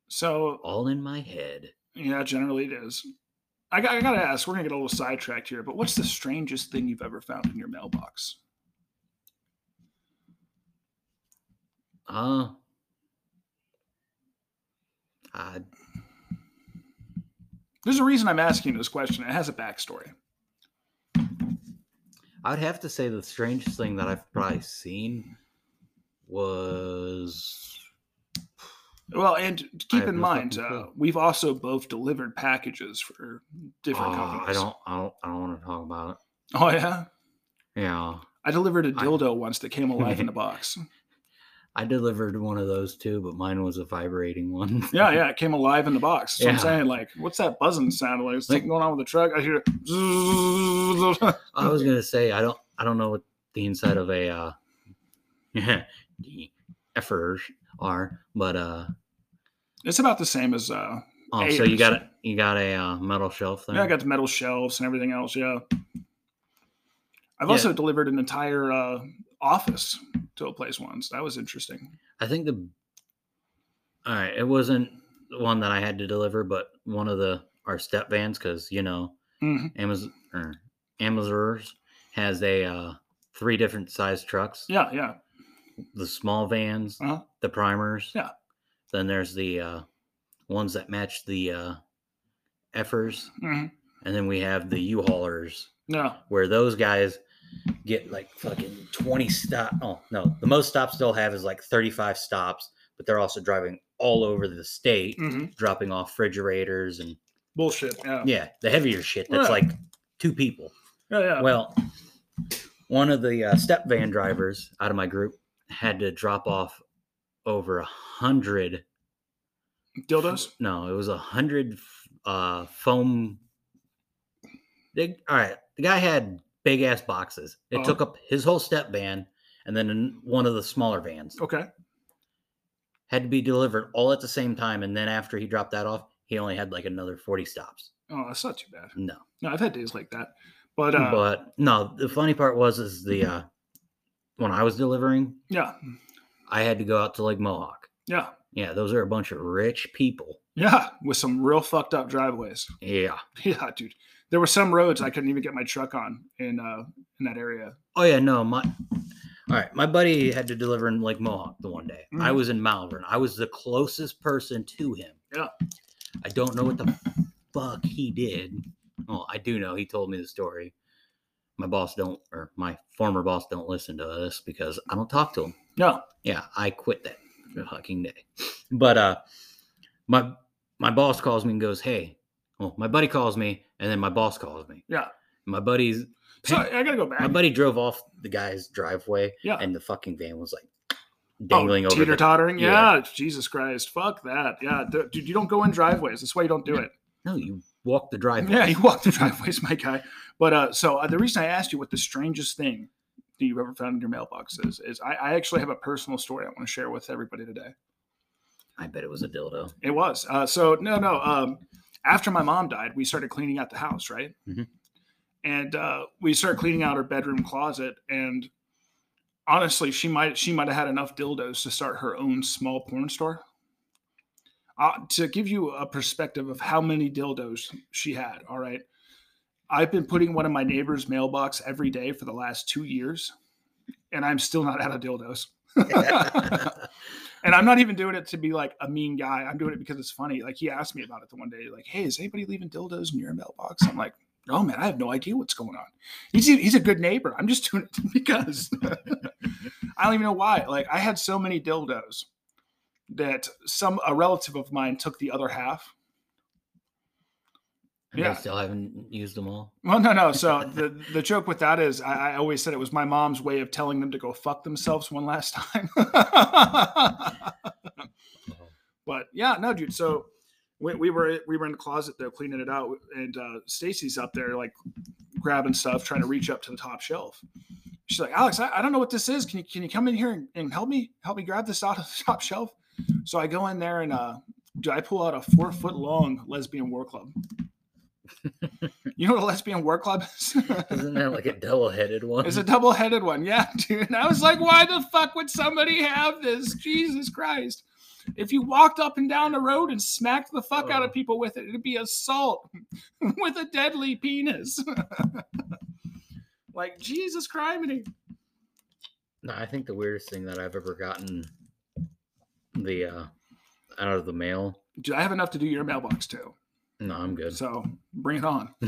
Speaker 1: So
Speaker 2: all in my head.
Speaker 1: yeah, generally it is. I got, I gotta ask. We're gonna get a little sidetracked here, but what's the strangest thing you've ever found in your mailbox?
Speaker 2: Uh, I
Speaker 1: There's a reason I'm asking this question. It has a backstory.
Speaker 2: I would have to say the strangest thing that I've probably seen was
Speaker 1: Well, and keep
Speaker 2: have
Speaker 1: in
Speaker 2: no
Speaker 1: mind,
Speaker 2: fucking
Speaker 1: uh,
Speaker 2: clue.
Speaker 1: we've also both delivered packages for different
Speaker 2: Oh,
Speaker 1: companies.
Speaker 2: I don't, I don't, I don't want to talk about
Speaker 1: [LAUGHS] Oh yeah,
Speaker 2: it. Yeah,
Speaker 1: I delivered a
Speaker 2: I-
Speaker 1: dildo once that came alive
Speaker 2: [LAUGHS]
Speaker 1: in a box.
Speaker 2: I delivered one of those too, but mine was a vibrating one.
Speaker 1: Yeah, yeah, it came alive in the box. So I'm
Speaker 2: Yeah.
Speaker 1: saying, like, what's that buzzing sound like? Is
Speaker 2: Like-
Speaker 1: something going on with the truck? I hear. it.
Speaker 2: [LAUGHS]
Speaker 1: [LAUGHS]
Speaker 2: I was gonna say I don't, I don't know what the inside of a uh, [LAUGHS] the effers are, but uh,
Speaker 1: It's about the same as uh,
Speaker 2: oh, so you
Speaker 1: Ayers.
Speaker 2: got a, you got a uh, metal shelf there.
Speaker 1: Yeah, I got the metal shelves and everything else. Yeah. I've
Speaker 2: Yeah.
Speaker 1: also delivered an entire uh, office to a place once. That was interesting.
Speaker 2: I think the all right, it wasn't the one that I had to deliver, but one of the our step vans because you know
Speaker 1: Mhm.
Speaker 2: Amazon or Amazoners has a uh, three different size trucks:
Speaker 1: Yeah, yeah.
Speaker 2: the small vans,
Speaker 1: Uh-huh.
Speaker 2: the primers,
Speaker 1: Yeah.
Speaker 2: Then there's the uh, ones that match the uh, effers,
Speaker 1: hmm
Speaker 2: and then we have the U-haulers
Speaker 1: Yeah.
Speaker 2: where those guys get like fucking 20 stop oh no the most stops they'll have is like 35 stops but they're also driving all over the state
Speaker 1: hmm
Speaker 2: dropping off refrigerators and
Speaker 1: Bullshit. Yeah. Yeah.
Speaker 2: yeah the heavier shit that's
Speaker 1: Yeah.
Speaker 2: like two people
Speaker 1: Yeah.
Speaker 2: well one of the uh, step van drivers out of my group had to drop off over a hundred
Speaker 1: Dildos.
Speaker 2: no, it was a hundred uh, foam. They, all right, the guy had big ass boxes. It
Speaker 1: Uh-huh.
Speaker 2: took up his whole step van, and then an- one of the smaller vans
Speaker 1: Okay.
Speaker 2: had to be delivered all at the same time. And then after he dropped that off, he only had like another forty stops.
Speaker 1: Oh, that's not too bad.
Speaker 2: No,
Speaker 1: No, I've had days like that. But, uh,
Speaker 2: but no, the funny part was is the uh, when I was delivering,
Speaker 1: yeah.
Speaker 2: I had to go out to Lake Mohawk.
Speaker 1: Yeah.
Speaker 2: Yeah, those are a bunch of rich people.
Speaker 1: Yeah. With some real fucked up driveways. [LAUGHS]
Speaker 2: Yeah.
Speaker 1: Yeah, dude. There were some roads I couldn't even get my truck on in uh, in that area.
Speaker 2: Oh yeah, no, my all right. My buddy had to deliver in Lake Mohawk the one day. I
Speaker 1: Mhm.
Speaker 2: was in Malvern. I was the closest person to him.
Speaker 1: Yeah.
Speaker 2: I don't know what the fuck he did. Well, I do know he told me the story. My boss don't, or my former boss don't listen to this because I don't talk to him.
Speaker 1: No.
Speaker 2: Yeah, I quit that fucking day. But uh, my my boss calls me and goes, "Hey." Well, my buddy calls me, and then my boss calls me.
Speaker 1: Yeah.
Speaker 2: My buddy's
Speaker 1: So I gotta go back.
Speaker 2: [LAUGHS] my buddy drove off the guy's driveway,
Speaker 1: Yeah.
Speaker 2: and the fucking van was like
Speaker 1: Oh,
Speaker 2: dangling over.
Speaker 1: teeter
Speaker 2: The,
Speaker 1: tottering.
Speaker 2: yeah.
Speaker 1: Yeah. Jesus Christ. Fuck that. Yeah, d- dude, you don't go in driveways. That's why you don't do it.
Speaker 2: no, you walked the driveway.
Speaker 1: Yeah, you walk the [LAUGHS] driveways, my guy. But uh, so uh, the reason I asked you what the strangest thing that you've ever found in your mailbox is, is I, I actually have a personal story I want to share with everybody today.
Speaker 2: I bet it was a dildo.
Speaker 1: It was. Uh, so no, no. Um, after my mom died, we started cleaning out the house, right?
Speaker 2: Mhm.
Speaker 1: And uh, we started cleaning out her bedroom closet. And honestly, she might she might have had enough dildos to start her own small porn store. Uh, to give you a perspective of how many dildos she had, all right. I've been putting one in my neighbor's mailbox every day for the last two years, and I'm still not out of dildos. [LAUGHS] And I'm not even doing it to be like a mean guy. I'm doing it because it's funny. Like he asked me about it the one day, like, "Hey, is anybody leaving dildos in your mailbox?" I'm like, "Oh man, I have no idea what's going on." He's he's a good neighbor. I'm just doing it [LAUGHS] because I don't even know why. Like I had so many dildos that some a relative of mine took the other half.
Speaker 2: And
Speaker 1: Yeah.
Speaker 2: They still haven't used them all.
Speaker 1: Well, no, no. So the the joke with that is, I, I always said it was my mom's way of telling them to go fuck themselves one last time. [LAUGHS] But yeah, no, dude. So we, we were we were in the closet though, cleaning it out, and uh, Stacy's up there like grabbing stuff, trying to reach up to the top shelf. She's like, Alex, I, I don't know what this is. Can you can you come in here and, and help me help me grab this out of the [LAUGHS] top shelf? So I go in there and uh, do I pull out a four foot long lesbian war club? you know what a lesbian war club is? [LAUGHS]
Speaker 2: Isn't that like a double headed one? [LAUGHS]
Speaker 1: It's a double headed one. Yeah, [LAUGHS] dude. I was like, why the fuck would somebody have this? Jesus Christ. If you walked up and down the road and smacked the fuck out
Speaker 2: Oh.
Speaker 1: of people with it, it'd be assault [LAUGHS] with a deadly penis. [LAUGHS] like, Jesus Criminy.
Speaker 2: No, I think the weirdest thing that I've ever gotten the uh out of the mail.
Speaker 1: Dude, I have enough to do your mailbox too.
Speaker 2: No, I'm good.
Speaker 1: So bring it
Speaker 2: [LAUGHS]
Speaker 1: on. [LAUGHS]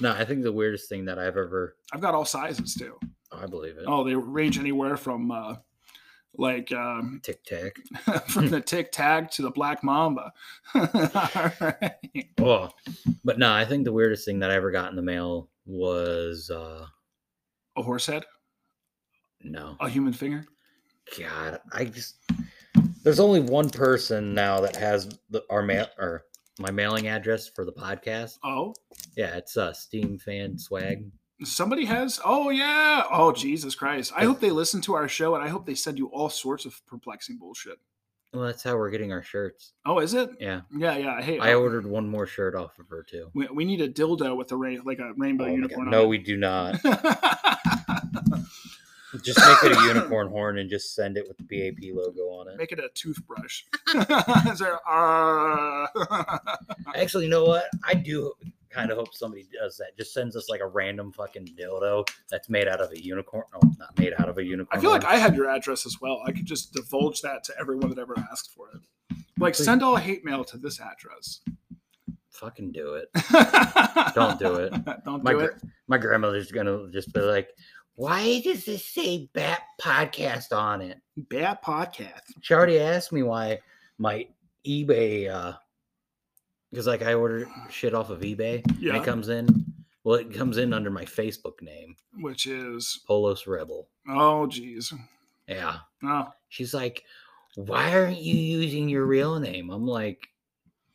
Speaker 2: No, I think the weirdest thing that I've ever
Speaker 1: I've got all sizes too.
Speaker 2: oh, I believe it.
Speaker 1: Oh, they range anywhere from uh, like um, [LAUGHS]
Speaker 2: Tic Tac.
Speaker 1: from the tic tac to the black mamba. [LAUGHS] All right.
Speaker 2: Oh, but no, I think the weirdest thing that I ever got in the mail was uh
Speaker 1: A horse head?
Speaker 2: no.
Speaker 1: A human finger?
Speaker 2: God, I just there's only one person now that has the, our mail or my mailing address for the podcast.
Speaker 1: Oh,
Speaker 2: Yeah, it's uh Steam Fan Swag.
Speaker 1: somebody has. Oh, yeah. Oh, Jesus Christ. I hope they listen to our show and I hope they send you all sorts of perplexing bullshit.
Speaker 2: Well, that's how we're getting our shirts.
Speaker 1: Oh, is it?
Speaker 2: Yeah,
Speaker 1: Yeah, yeah. Hey,
Speaker 2: I
Speaker 1: uh,
Speaker 2: ordered one more shirt off of her too.
Speaker 1: we, we need a dildo with a rain, like a rainbow
Speaker 2: Oh my God.
Speaker 1: unicorn.
Speaker 2: No,
Speaker 1: on
Speaker 2: we do not.
Speaker 1: it. [LAUGHS]
Speaker 2: Just make it a unicorn horn and just send it with the BAP logo on it.
Speaker 1: Make it a toothbrush. [LAUGHS] is there, uh... [LAUGHS]
Speaker 2: Actually, you know what? I do kind of hope somebody does that. Just sends us like a random fucking dildo that's made out of a unicorn. Oh, not made out of a unicorn.
Speaker 1: I feel like
Speaker 2: horn.
Speaker 1: I have your address as well. I could just divulge that to everyone that ever asked for it. Like,
Speaker 2: Please.
Speaker 1: send all hate mail to this address. [LAUGHS]
Speaker 2: fucking do it.
Speaker 1: Don't
Speaker 2: Don't do it.
Speaker 1: Don't
Speaker 2: My
Speaker 1: do
Speaker 2: gra-
Speaker 1: it.
Speaker 2: my grandmother's gonna just be like, "Why does this say Bat Podcast on it?"
Speaker 1: Bad podcast.
Speaker 2: She already asked me why my eBay, uh because like I order shit off of eBay, and
Speaker 1: Yeah.
Speaker 2: it comes in. Well, it comes in under my Facebook name,
Speaker 1: Which is
Speaker 2: Polos Rebel.
Speaker 1: oh geez.
Speaker 2: Yeah,
Speaker 1: Oh.
Speaker 2: she's like, "Why aren't you using your real name?" I'm like,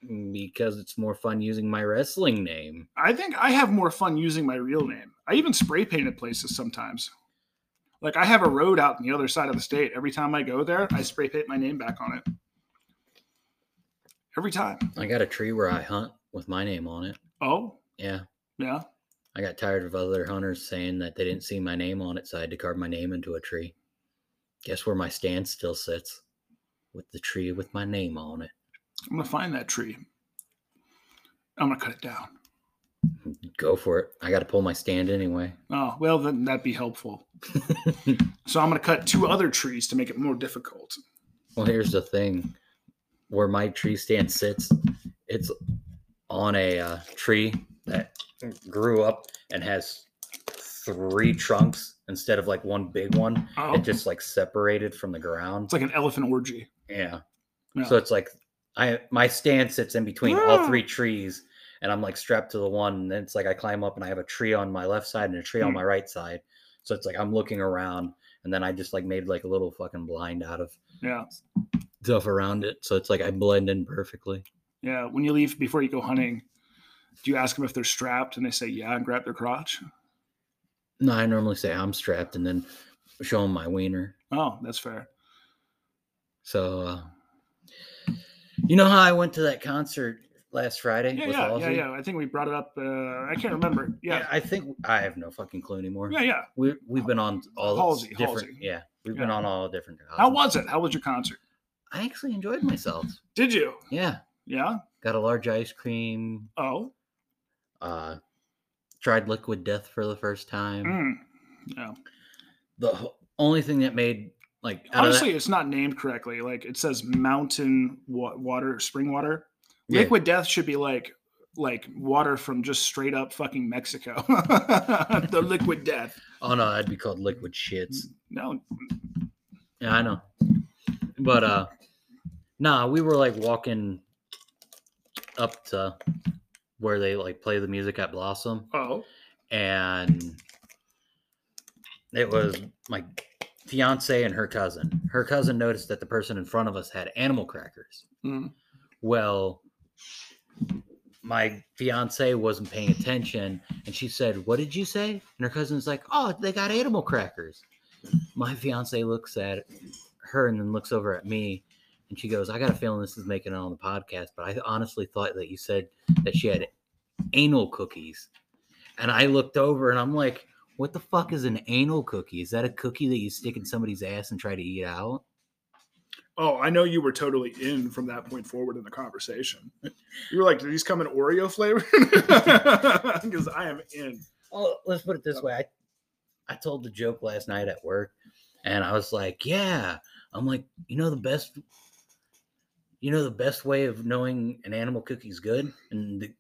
Speaker 2: "Mm, "Because it's more fun using my wrestling name."
Speaker 1: I think I have more fun using my real name. I even spray painted places sometimes. Like I have a road out on the other side of the state. Every time I go there, I spray paint my name back on it. Every time.
Speaker 2: I got a tree where I hunt with my name on it.
Speaker 1: Oh,
Speaker 2: Yeah.
Speaker 1: yeah.
Speaker 2: I got tired of other hunters saying that they didn't see my name on it, so I had to carve my name into a tree. Guess where my stand still sits? With the tree with my name on it.
Speaker 1: I'm gonna find that tree. I'm gonna cut it down.
Speaker 2: Go for it. I got to pull my stand anyway.
Speaker 1: Oh, well then that'd be
Speaker 2: [LAUGHS]
Speaker 1: helpful. so I'm gonna cut two other trees to make it more difficult.
Speaker 2: Well, here's the thing where my tree stand sits, it's on a uh, tree that grew up and has three trunks instead of like one big one.
Speaker 1: Oh,
Speaker 2: It just like separated from the ground.
Speaker 1: it's like an elephant orgy.
Speaker 2: Yeah.
Speaker 1: Yeah.
Speaker 2: So it's like I my stand sits in between all
Speaker 1: Ah.
Speaker 2: three trees and I'm like strapped to the one and then it's like I climb up and I have a tree on my left side and a tree on
Speaker 1: Hmm.
Speaker 2: my right side. So it's like I'm looking around and then I just like made like a little fucking blind out of
Speaker 1: Yeah,
Speaker 2: stuff around it. So it's like I blend in perfectly.
Speaker 1: yeah. When you leave before you go hunting, do you ask them if they're strapped and they say yeah and grab their crotch?
Speaker 2: No, I normally say I'm strapped and then show them my wiener.
Speaker 1: Oh, that's fair.
Speaker 2: So uh, you know how I went to that concert last Friday
Speaker 1: Yeah,
Speaker 2: with
Speaker 1: yeah, yeah,
Speaker 2: Halsey?
Speaker 1: yeah. I think we brought it up. Uh, I can't remember. Yeah,
Speaker 2: I think I have no fucking clue anymore.
Speaker 1: yeah, yeah.
Speaker 2: we we've been on all the
Speaker 1: Halsey,
Speaker 2: different.
Speaker 1: Halsey.
Speaker 2: Yeah, we've been
Speaker 1: Yeah.
Speaker 2: on all the different.
Speaker 1: How was
Speaker 2: albums.
Speaker 1: it? How was your concert?
Speaker 2: I actually enjoyed myself.
Speaker 1: Did you?
Speaker 2: Yeah,
Speaker 1: Yeah.
Speaker 2: got a large ice cream.
Speaker 1: Oh.
Speaker 2: Uh, tried Liquid Death for the first time.
Speaker 1: Mm. Yeah.
Speaker 2: The ho- only thing that made like out of that-
Speaker 1: Honestly, it's not named correctly. Like it says mountain wa- water, spring water.
Speaker 2: Yeah.
Speaker 1: Liquid death should be like like water from just straight up fucking Mexico. [LAUGHS] the liquid death.
Speaker 2: oh no, that'd be called Liquid Shits.
Speaker 1: Mm. No,
Speaker 2: Yeah, I know. But uh nah, we were like walking up to where they like play the music at Blossom
Speaker 1: oh,
Speaker 2: and it was my fiance and her cousin. Her cousin noticed that the person in front of us had animal crackers.
Speaker 1: Mm.
Speaker 2: Well, my fiance wasn't paying attention and she said, What did you say? And her cousin's like, Oh, they got animal crackers. My fiance looks at her and then looks over at me and she goes, I got a feeling this is making it on the podcast, but I honestly thought that you said that she had anal cookies. And I looked over and I'm like, What the fuck is an anal cookie? Is that a cookie that you stick in somebody's ass and try to eat out?
Speaker 1: oh, I know you were totally in from that point forward in the conversation. [LAUGHS] You were like, "Do these come in Oreo flavor?" [LAUGHS] Because I am in.
Speaker 2: Oh, let's put it this way. I, I told the joke last night at work, and I was like, "Yeah." I'm like, you know, the best, you know, the best way of knowing an animal cookie's good. And the,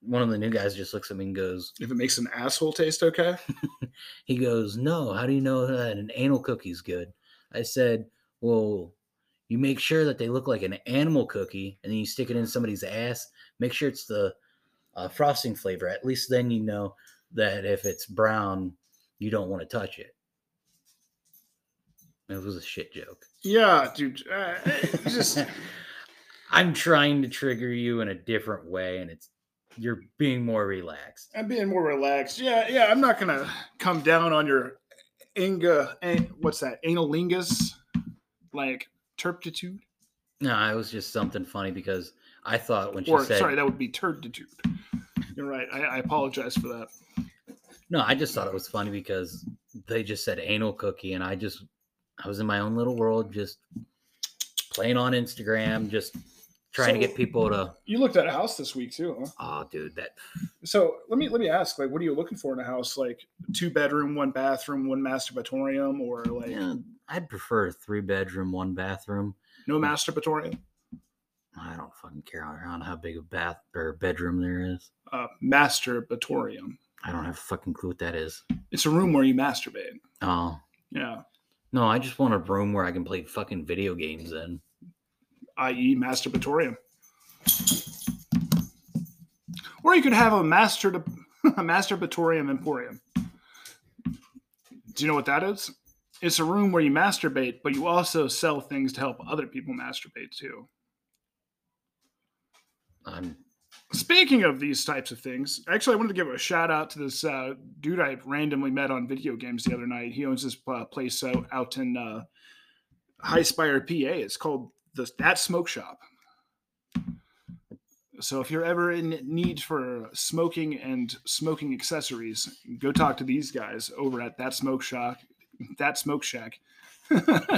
Speaker 2: one of the new guys just looks at me and goes,
Speaker 1: If it makes an asshole taste okay,
Speaker 2: he goes, "No, how do you know that an anal cookie's good?" I said, "Well." You make sure that they look like an animal cookie, and then you stick it in somebody's ass. Make sure it's the uh, frosting flavor. At least then you know that if it's brown, you don't want to touch it. It was a shit joke.
Speaker 1: yeah, dude. Uh, it's just
Speaker 2: I'm trying to trigger you in a different way, and it's you're being more relaxed.
Speaker 1: I'm being more relaxed. Yeah, yeah. I'm not gonna come down on your inga. an- What's that? Analingus, like turpitude,
Speaker 2: No, it was just something funny because I thought when she
Speaker 1: or
Speaker 2: said,
Speaker 1: sorry, that would be turpitude. You're right. I, I apologize for that.
Speaker 2: No, I just thought it was funny because they just said anal cookie, and I just I was in my own little world, just playing on Instagram, just trying to
Speaker 1: So-
Speaker 2: get people to.
Speaker 1: You looked at a house this week too, huh?
Speaker 2: Oh, dude, that
Speaker 1: So let me let me ask. Like, what are you looking for in a house? Like two bedroom, one bathroom, one masturbatorium, or like
Speaker 2: yeah, I'd prefer a three bedroom, one bathroom.
Speaker 1: no masturbatorium?
Speaker 2: I don't fucking care on how big a bath or bedroom there is.
Speaker 1: Uh, masturbatorium.
Speaker 2: I don't have a fucking clue what that is.
Speaker 1: It's a room where you masturbate.
Speaker 2: Oh
Speaker 1: Yeah,
Speaker 2: no, I just want a room where I can play fucking video games in.
Speaker 1: i.e., E, masturbatorium. Or you could have a master [LAUGHS] a masturbatorium emporium. Do you know what that is? It's a room where you masturbate, but you also sell things to help other people masturbate too.
Speaker 2: I'm
Speaker 1: Speaking of these types of things, actually, I wanted to give a shout out to this uh, dude I randomly met on video games the other night. He owns this uh, place out, out in uh, High Spire, PA. It's called the That Smoke Shop. So if you're ever in need for smoking and smoking accessories, go talk to these guys over at That Smoke Shop. That Smoke Shack. [LAUGHS]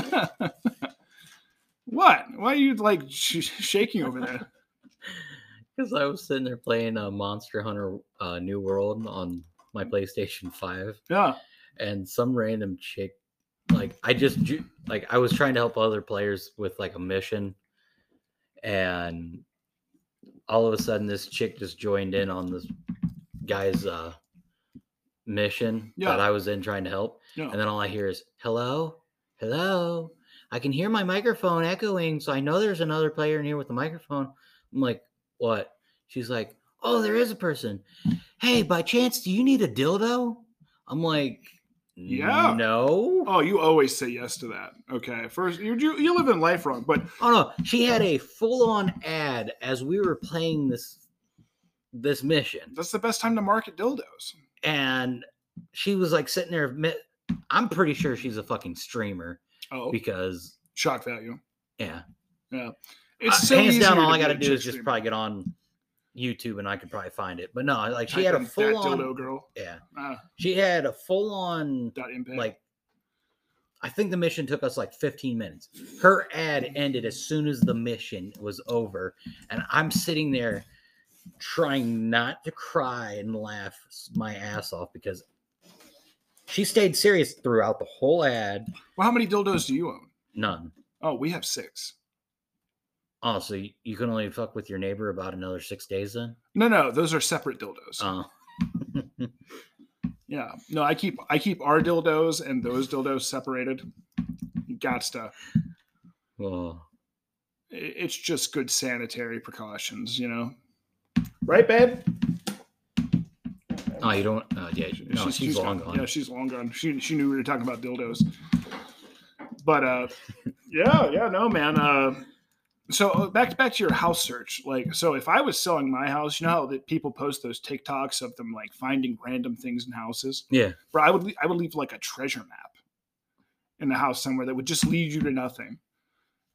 Speaker 1: what? Why are you like sh- shaking over there?
Speaker 2: Because I was sitting there playing uh, Monster Hunter uh, New World on my PlayStation 5,
Speaker 1: Yeah.
Speaker 2: and some random chick, like, I just, ju- like, I was trying to help other players with, like, a mission, and all of a sudden this chick just joined in on this guy's uh mission
Speaker 1: Yeah.
Speaker 2: that I was in trying to help.
Speaker 1: Yeah.
Speaker 2: And then all I hear is hello, hello. I can hear my microphone echoing, so I know there's another player in here with a microphone. I'm like, what? She's like, oh, there is a person. Hey, by chance, do you need a dildo? I'm like,
Speaker 1: Yeah.
Speaker 2: no.
Speaker 1: Oh, you always say yes to that. Okay, first you you, you live in life wrong, but
Speaker 2: Oh no, she had a full-on ad as we were playing this this mission,
Speaker 1: that's the best time to market dildos.
Speaker 2: and she was like sitting there. mi- I'm pretty sure she's a fucking streamer
Speaker 1: Oh,
Speaker 2: because
Speaker 1: shock value.
Speaker 2: yeah,
Speaker 1: It's
Speaker 2: Uh,
Speaker 1: so
Speaker 2: hands down.
Speaker 1: easier
Speaker 2: All I
Speaker 1: be
Speaker 2: got to
Speaker 1: a
Speaker 2: do
Speaker 1: chick
Speaker 2: is just
Speaker 1: streamer.
Speaker 2: probably get on YouTube and I could probably find it. But no, like she
Speaker 1: Type
Speaker 2: had a
Speaker 1: in that
Speaker 2: full-on
Speaker 1: dildo girl.
Speaker 2: yeah,
Speaker 1: Ah,
Speaker 2: she had a full-on
Speaker 1: dot impact.
Speaker 2: like. I think the mission took us like 15 minutes. Her ad ended as soon as the mission was over, and I'm sitting there trying not to cry and laugh s- my ass off because she stayed serious throughout the whole ad.
Speaker 1: well, how many dildos do you own?
Speaker 2: None.
Speaker 1: Oh, we have six.
Speaker 2: Oh, so y- you can only fuck with your neighbor about another six days then?
Speaker 1: No, no, those are separate dildos.
Speaker 2: Oh.
Speaker 1: Yeah. No, I keep I keep our dildos and those dildos separated. Got to.
Speaker 2: well,
Speaker 1: It's just good sanitary precautions, you know. Right, babe?
Speaker 2: oh, you don't. Uh, yeah, no, she's, long
Speaker 1: got-
Speaker 2: gone.
Speaker 1: Yeah, she's long gone. She she knew we were talking about dildos. But
Speaker 2: [LAUGHS]
Speaker 1: uh yeah, yeah, no, man. Uh so uh, back back to your house search. Like so if I was selling my house, you know how that people post those TikToks of them like finding random things in houses?
Speaker 2: Yeah.
Speaker 1: Bro, I would le- I would leave like a treasure map in the house somewhere that would just lead you to nothing.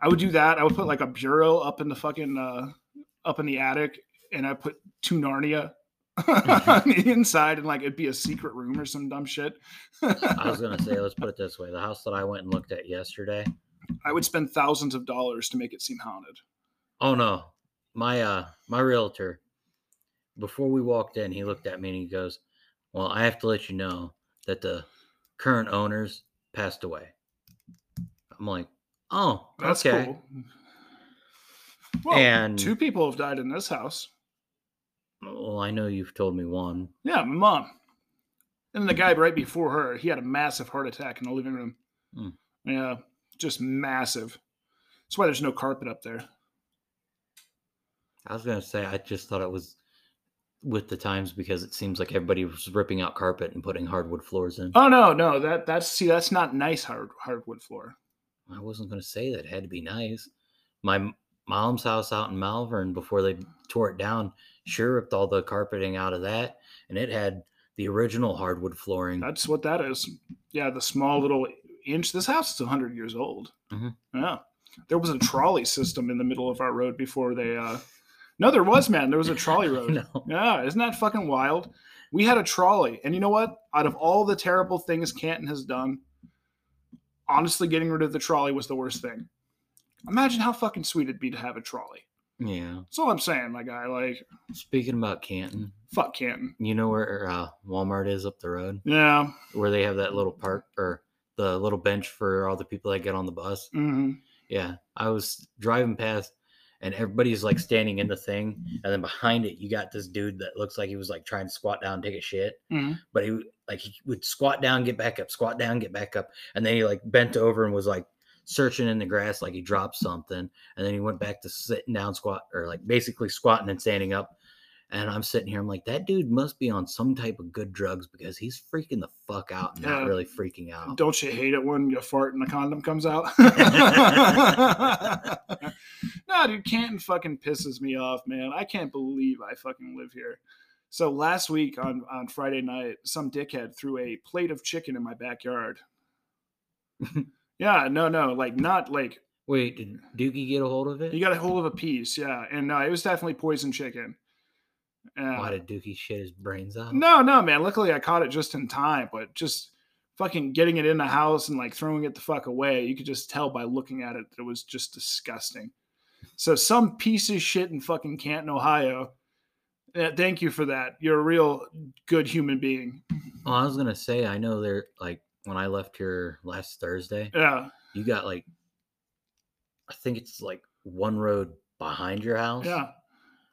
Speaker 1: I would do that. I would put like a bureau up in the fucking uh up in the attic and I put two Narnia [LAUGHS]
Speaker 2: Mm-hmm.
Speaker 1: on the inside and like it'd be a secret room or some dumb shit.
Speaker 2: I was gonna say, let's put it this way: the house that I went and looked at yesterday.
Speaker 1: [LAUGHS] I would spend thousands of dollars to make it seem haunted.
Speaker 2: Oh no, my uh, my realtor. Before we walked in, he looked at me and he goes, "Well, I have to let you know that the current owners passed away." I'm like, "Oh,
Speaker 1: That's
Speaker 2: okay."
Speaker 1: cool. Well,
Speaker 2: and
Speaker 1: two people have died in this house.
Speaker 2: well, I know you've told me one.
Speaker 1: Yeah, my mom. And the guy right before her, he had a massive heart attack in the living room.
Speaker 2: Hmm.
Speaker 1: Yeah, just massive. That's why there's no carpet up there.
Speaker 2: I was gonna say I just thought it was with the times because it seems like everybody was ripping out carpet and putting hardwood floors in.
Speaker 1: Oh no, no, that that's see, that's not nice hard hardwood floor.
Speaker 2: I wasn't gonna say that. It had to be nice. My m- mom's house out in Malvern before they tore it down, sure ripped all the carpeting out of that, and it had the original hardwood flooring. [LAUGHS]
Speaker 1: That's what that is. Yeah, the small little inch. This house is 100 years old.
Speaker 2: Mhm.
Speaker 1: Yeah. There was a trolley system in the middle of our road before they. Uh... No, there was, man. There was a trolley road.
Speaker 2: no.
Speaker 1: Yeah, isn't that fucking wild? We had a trolley. And you know what? Out of all the terrible things Canton has done, honestly, getting rid of the trolley was the worst thing. Imagine how fucking sweet it'd be to have a trolley.
Speaker 2: Yeah.
Speaker 1: That's all I'm saying, my guy. Like,
Speaker 2: Speaking about Canton,
Speaker 1: fuck Canton.
Speaker 2: you know where uh, Walmart is up the road,
Speaker 1: Yeah.
Speaker 2: where they have that little park or the little bench for all the people that get on the bus.
Speaker 1: hmm
Speaker 2: Yeah, I was driving past, and everybody's like standing in the thing, and then behind it, you got this dude that looks like he was like trying to squat down, and take a shit,
Speaker 1: Mhm.
Speaker 2: but he w- like he would squat down, get back up, squat down, get back up, and then he like bent over and was like searching in the grass like he dropped something, and then he went back to sitting down, squat or like basically squatting and standing up. And I'm sitting here, I'm like, that dude must be on some type of good drugs because he's freaking the fuck out and
Speaker 1: Yeah.
Speaker 2: not really freaking out.
Speaker 1: Don't you hate it when you fart and a condom comes out? [LAUGHS] no, dude, Canton fucking pisses me off, man. I can't believe I fucking live here. So last week on, on Friday night, some dickhead threw a plate of chicken in my backyard. yeah, no, no, like not like
Speaker 2: Wait, did Doogie get a hold of it?
Speaker 1: you got a hold of a piece, yeah. And no, it was definitely poison chicken. Uh, Yeah.
Speaker 2: Why did Dookie shit his brains out?
Speaker 1: No, no, man. Luckily, I caught it just in time, but just fucking getting it in the house and like throwing it the fuck away, you could just tell by looking at it that it was just disgusting. So, some piece of shit in fucking Canton, Ohio. Yeah, thank you for that. You're a real good human being.
Speaker 2: Oh, I was gonna say, I know there. Like when I left here last Thursday,
Speaker 1: Yeah,
Speaker 2: you got like, I think it's like one road behind your house.
Speaker 1: yeah.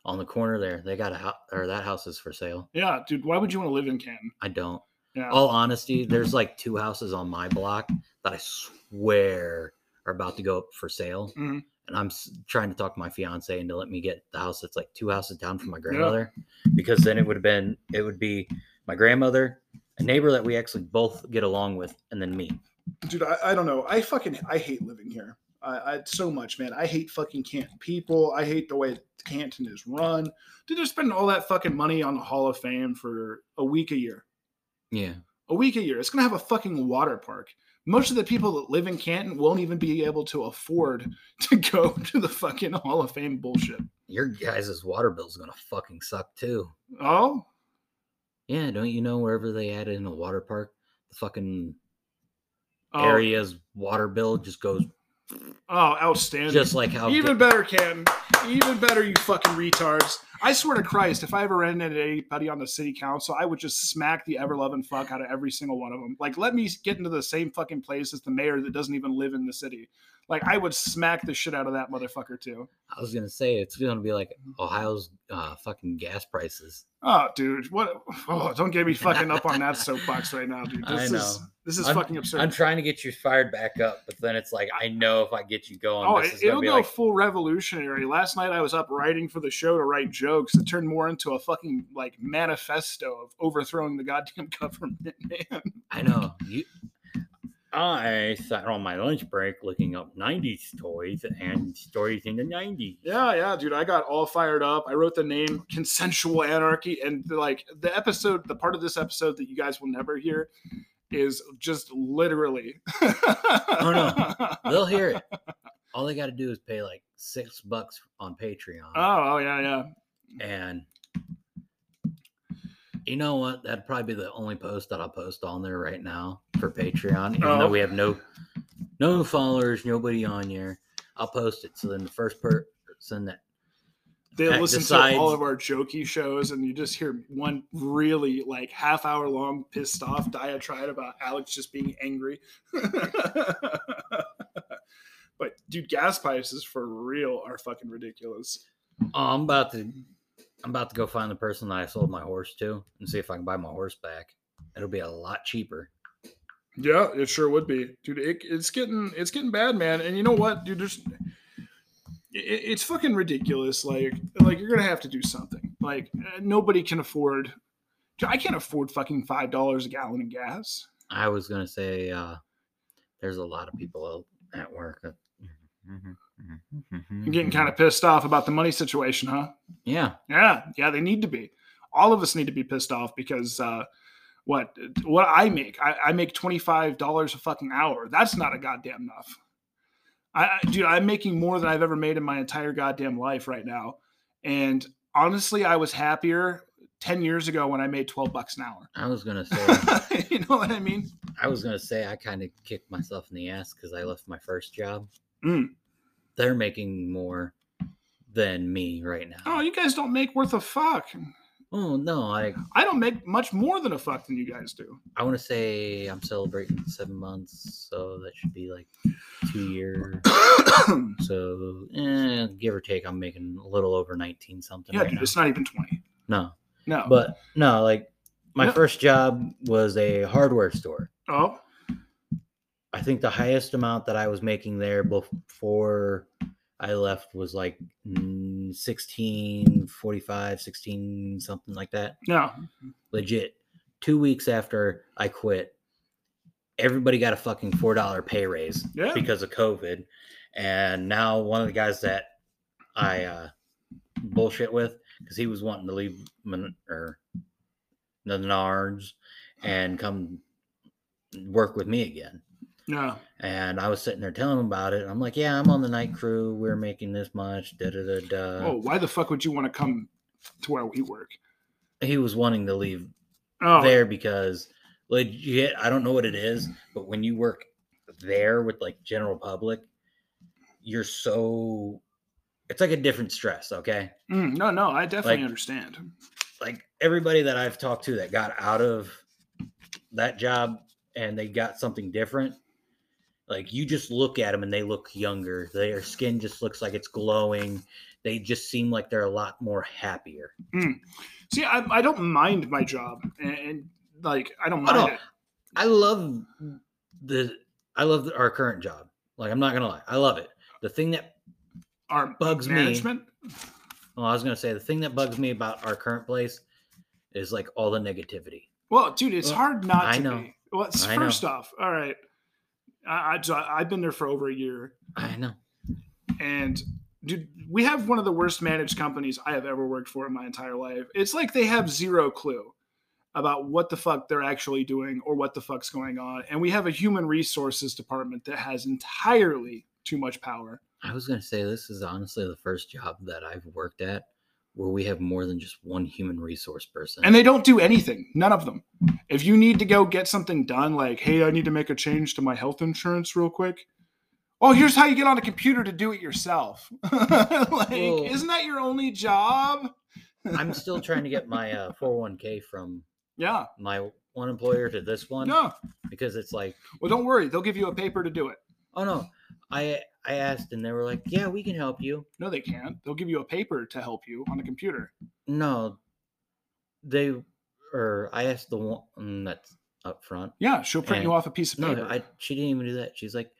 Speaker 2: on the corner there. They got a house, or that house is for sale.
Speaker 1: Yeah, dude, why would you want to live in Canton?
Speaker 2: I don't.
Speaker 1: Yeah.
Speaker 2: All honesty, there's like two houses on my block that I swear are about to go up for sale,
Speaker 1: Mhm.
Speaker 2: and I'm s- trying to talk my fiance into let me get the house that's like two houses down from my grandmother, because then it would have been it would be my grandmother, a neighbor that we actually both get along with, and then me.
Speaker 1: Dude, I, I don't know. I fucking I hate living here. I, I so much, man. I hate fucking Canton people. I hate the way Canton is run. Dude, they're spending all that fucking money on the Hall of Fame for a week a year.
Speaker 2: Yeah,
Speaker 1: a week a year. It's going to have a fucking water park. Most of the people that live in Canton won't even be able to afford [LAUGHS] to go to the fucking Hall of Fame bullshit.
Speaker 2: your guys' water bill's gonna fucking suck too.
Speaker 1: Oh,
Speaker 2: Yeah, don't you know wherever they add in a water park, the fucking
Speaker 1: oh,
Speaker 2: area's water bill just goes
Speaker 1: oh outstanding.
Speaker 2: just like how
Speaker 1: even better, Canton. Even better, you fucking retards. I swear to Christ, if I ever ran into anybody on the city council, I would just smack the ever loving fuck out of every single one of them. Like, let me get into the same fucking place as the mayor that doesn't even live in the city. Like, I would smack the shit out of that motherfucker, too.
Speaker 2: I was gonna say it's gonna be like Ohio's uh, fucking gas prices.
Speaker 1: Oh, dude, what? Oh, don't get me fucking up on
Speaker 2: [LAUGHS]
Speaker 1: that soapbox right now, dude.
Speaker 2: I
Speaker 1: This is
Speaker 2: know.
Speaker 1: this is
Speaker 2: I'm-
Speaker 1: fucking absurd.
Speaker 2: I'm trying to get you fired back up, but then it's like I know if I get you going,
Speaker 1: oh,
Speaker 2: this is
Speaker 1: it,
Speaker 2: gonna
Speaker 1: will
Speaker 2: be
Speaker 1: go
Speaker 2: like
Speaker 1: full revolutionary. Last night I was up writing for the show to write jokes. It turned more into a fucking like manifesto of overthrowing the goddamn [LAUGHS] government, man.
Speaker 2: I know you. I sat on my lunch break looking up '90s toys and stories in the '90s.
Speaker 1: Yeah, yeah, dude. I got all fired up. I wrote the name Consensual Anarchy. And like the episode, the part of this episode that you guys will never hear is just literally. [LAUGHS]
Speaker 2: Oh, They'll hear it. All they got to do is pay like six bucks on Patreon,
Speaker 1: [LAUGHS] Oh, oh, yeah, yeah.
Speaker 2: and you know what? That'd probably be the only post that I'll post on there right now for Patreon, even
Speaker 1: Oh.
Speaker 2: though we have no no followers, nobody on here. I'll post it. So then the first person that
Speaker 1: they
Speaker 2: that
Speaker 1: listen
Speaker 2: decides-
Speaker 1: to all of our jokey shows and you just hear one really like half hour long pissed off diatribe about alex just being angry [LAUGHS] but dude gas prices for real are fucking ridiculous
Speaker 2: oh, I'm about to I'm about to go find the person that I sold my horse to and see if I can buy my horse back. It'll be a lot cheaper.
Speaker 1: yeah it sure would be dude it, it's getting it's getting bad man and you know what dude there's it, it's fucking ridiculous like like you're gonna have to do something like uh, nobody can afford Dude, i can't afford fucking five dollars a gallon in gas
Speaker 2: I was gonna say uh there's a lot of people out at work. that-
Speaker 1: You're
Speaker 2: Mm-hmm.
Speaker 1: getting kind of pissed off about the money situation, huh?
Speaker 2: [LAUGHS] yeah.
Speaker 1: Yeah, yeah, they need to be. All of us need to be pissed off because uh, what what I make, I, I make twenty five dollars a fucking hour. That's not a goddamn enough. I, I dude, I'm making more than I've ever made in my entire goddamn life right now. And honestly, I was happier ten years ago when I made twelve bucks an hour.
Speaker 2: I was gonna say
Speaker 1: [LAUGHS] you know what I mean?
Speaker 2: I was gonna say I kind of kicked myself in the ass because I left my first job.
Speaker 1: Mm.
Speaker 2: They're making more than me right now.
Speaker 1: Oh, you guys don't make worth a fuck.
Speaker 2: Oh, no, I
Speaker 1: I don't make much more than a fuck than you guys do.
Speaker 2: I want to say I'm celebrating seven months, so that should be like two years. So eh, give or take, I'm making a little over nineteen something.
Speaker 1: yeah,
Speaker 2: right
Speaker 1: dude,
Speaker 2: now.
Speaker 1: it's not even twenty.
Speaker 2: no,
Speaker 1: No.
Speaker 2: but no, like my
Speaker 1: No.
Speaker 2: first job was a hardware store.
Speaker 1: oh,
Speaker 2: I think the highest amount that I was making there before I left was like mm, 16, 45, 16, something like that.
Speaker 1: no.
Speaker 2: Legit. Two weeks after I quit, everybody got a fucking $4 pay raise
Speaker 1: Yeah.
Speaker 2: because of COVID. And now one of the guys that I uh, bullshit with, because he was wanting to leave Mon- or Menards and come work with me again. Uh,
Speaker 1: No.
Speaker 2: And I was sitting there telling him about it. And I'm like, yeah, I'm on the night crew. We're making this much. Da da da da.
Speaker 1: oh, why the fuck would you want to come to where we work?
Speaker 2: He was wanting to leave
Speaker 1: Oh,
Speaker 2: there because legit, I don't know what it is, but when you work there with like general public, you're so it's like a different stress, okay?
Speaker 1: mm, no, no. I definitely
Speaker 2: Like-
Speaker 1: understand.
Speaker 2: Like everybody that I've talked to that got out of that job and they got something different, Like you just look at them and they look younger. Their skin just looks like it's glowing. They just seem like they're a lot more happier.
Speaker 1: See, I, I don't mind my job, and, and like I don't
Speaker 2: Oh,
Speaker 1: mind
Speaker 2: no.
Speaker 1: it.
Speaker 2: I love the I love our current job. Like I'm not gonna lie, I love it. The thing that
Speaker 1: Our
Speaker 2: bugs me,
Speaker 1: management.
Speaker 2: well, I was gonna say the thing that bugs me about our current place is like all the negativity.
Speaker 1: Well, dude, it's
Speaker 2: Well,
Speaker 1: hard not
Speaker 2: I
Speaker 1: to
Speaker 2: know.
Speaker 1: be. Well, it's-
Speaker 2: I know.
Speaker 1: first off, all right. I, I so I- I've been there for over a year,
Speaker 2: I know.
Speaker 1: and dude, we have one of the worst managed companies I have ever worked for in my entire life. It's like they have zero clue about what the fuck they're actually doing or what the fuck's going on, and we have a human resources department that has entirely too much power.
Speaker 2: I was gonna say this is honestly the first job that I've worked at where we have more than just one human resource person.
Speaker 1: and they don't do anything none of them if you need to go get something done like hey i need to make a change to my health insurance real quick oh here's how you get on a computer to do it yourself [LAUGHS] like
Speaker 2: Well-
Speaker 1: isn't that your only job
Speaker 2: I'm still trying to get my
Speaker 1: [LAUGHS]
Speaker 2: uh, 401k from
Speaker 1: yeah
Speaker 2: my one employer to this one
Speaker 1: no
Speaker 2: because it's like
Speaker 1: well don't worry they'll give you a paper to do it
Speaker 2: oh no i i asked and they were like yeah we can help you
Speaker 1: no they can't they'll give you a paper to help you on a computer
Speaker 2: no they or i asked the one mm, that's up front
Speaker 1: yeah she'll print
Speaker 2: And-
Speaker 1: you off a piece of
Speaker 2: no
Speaker 1: paper
Speaker 2: I, she didn't even do that she's like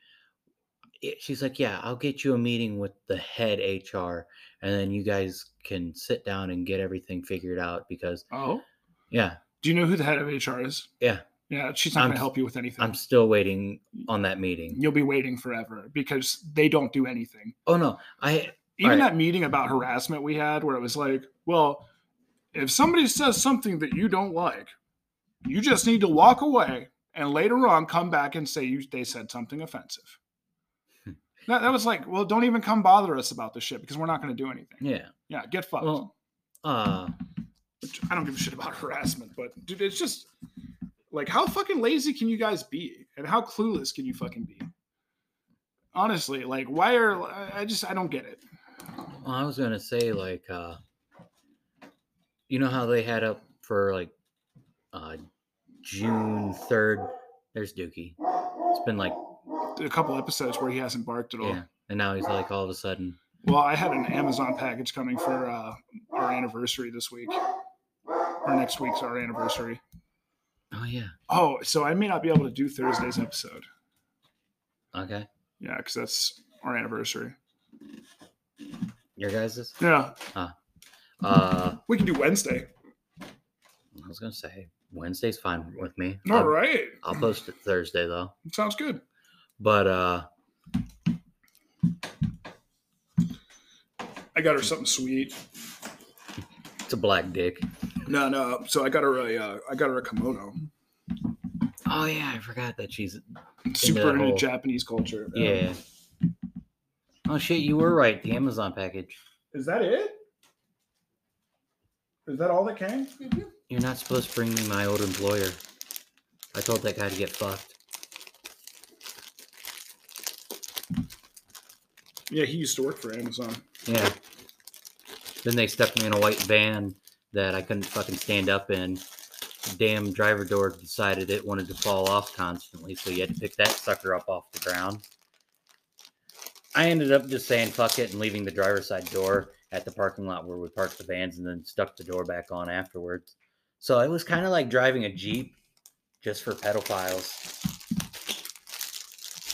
Speaker 2: "Yeah," she's like yeah i'll get you a meeting with the head hr and then you guys can sit down and get everything figured out because
Speaker 1: oh
Speaker 2: yeah
Speaker 1: do you know who the head of hr is
Speaker 2: Yeah.
Speaker 1: yeah she's not
Speaker 2: I'm
Speaker 1: going to
Speaker 2: s-
Speaker 1: help you with anything
Speaker 2: i'm still waiting on that meeting
Speaker 1: you'll be waiting forever because they don't do anything
Speaker 2: oh no i
Speaker 1: even
Speaker 2: Right.
Speaker 1: that meeting about harassment we had where it was like well if somebody says something that you don't like you just need to walk away and later on come back and say you they said something offensive
Speaker 2: Hmm.
Speaker 1: that, that was like well don't even come bother us about this shit because we're not going to do anything yeah.
Speaker 2: yeah
Speaker 1: get fucked
Speaker 2: well uh
Speaker 1: Which i don't give a shit about harassment but dude it's just like how fucking lazy can you guys be and how clueless can you fucking be honestly like why are I- i just i don't get it
Speaker 2: Well, I was gonna say like uh you know how they had up for like uh June third. There's Dookie. It's been like
Speaker 1: a couple episodes where he hasn't barked at all
Speaker 2: yeah, and now he's like all of a sudden.
Speaker 1: Well, I had an Amazon package coming for uh, our anniversary this week, or next week's our anniversary.
Speaker 2: Oh yeah,
Speaker 1: Oh, so I may not be able to do Thursday's episode.
Speaker 2: okay.
Speaker 1: Yeah, because that's our anniversary.
Speaker 2: Your guys this.
Speaker 1: Yeah,
Speaker 2: Uh,
Speaker 1: we can do Wednesday.
Speaker 2: I was gonna say Wednesday's fine with me.
Speaker 1: All
Speaker 2: I'll,
Speaker 1: right,
Speaker 2: I'll post it Thursday though.
Speaker 1: sounds good.
Speaker 2: But uh,
Speaker 1: I got her something sweet.
Speaker 2: it's a black dick.
Speaker 1: No, no. So I got her a, uh, I got her a kimono.
Speaker 2: Oh yeah, I forgot that she's um,
Speaker 1: Super into
Speaker 2: whole-
Speaker 1: Japanese culture.
Speaker 2: yeah. Oh shit, you were right. The Amazon package.
Speaker 1: Is that it? Is that all that came?
Speaker 2: You're not supposed to bring me my old employer. I told that guy to get fucked.
Speaker 1: Yeah, he used to work for Amazon.
Speaker 2: Yeah. Then they stuck me in a white van that I couldn't fucking stand up in. The damn driver door decided it wanted to fall off constantly, so you had to pick that sucker up off the ground. I ended up just saying fuck it and leaving the driver's side door at the parking lot where we parked the vans and then stuck the door back on afterwards. So it was kind of like driving a Jeep just for pedophiles.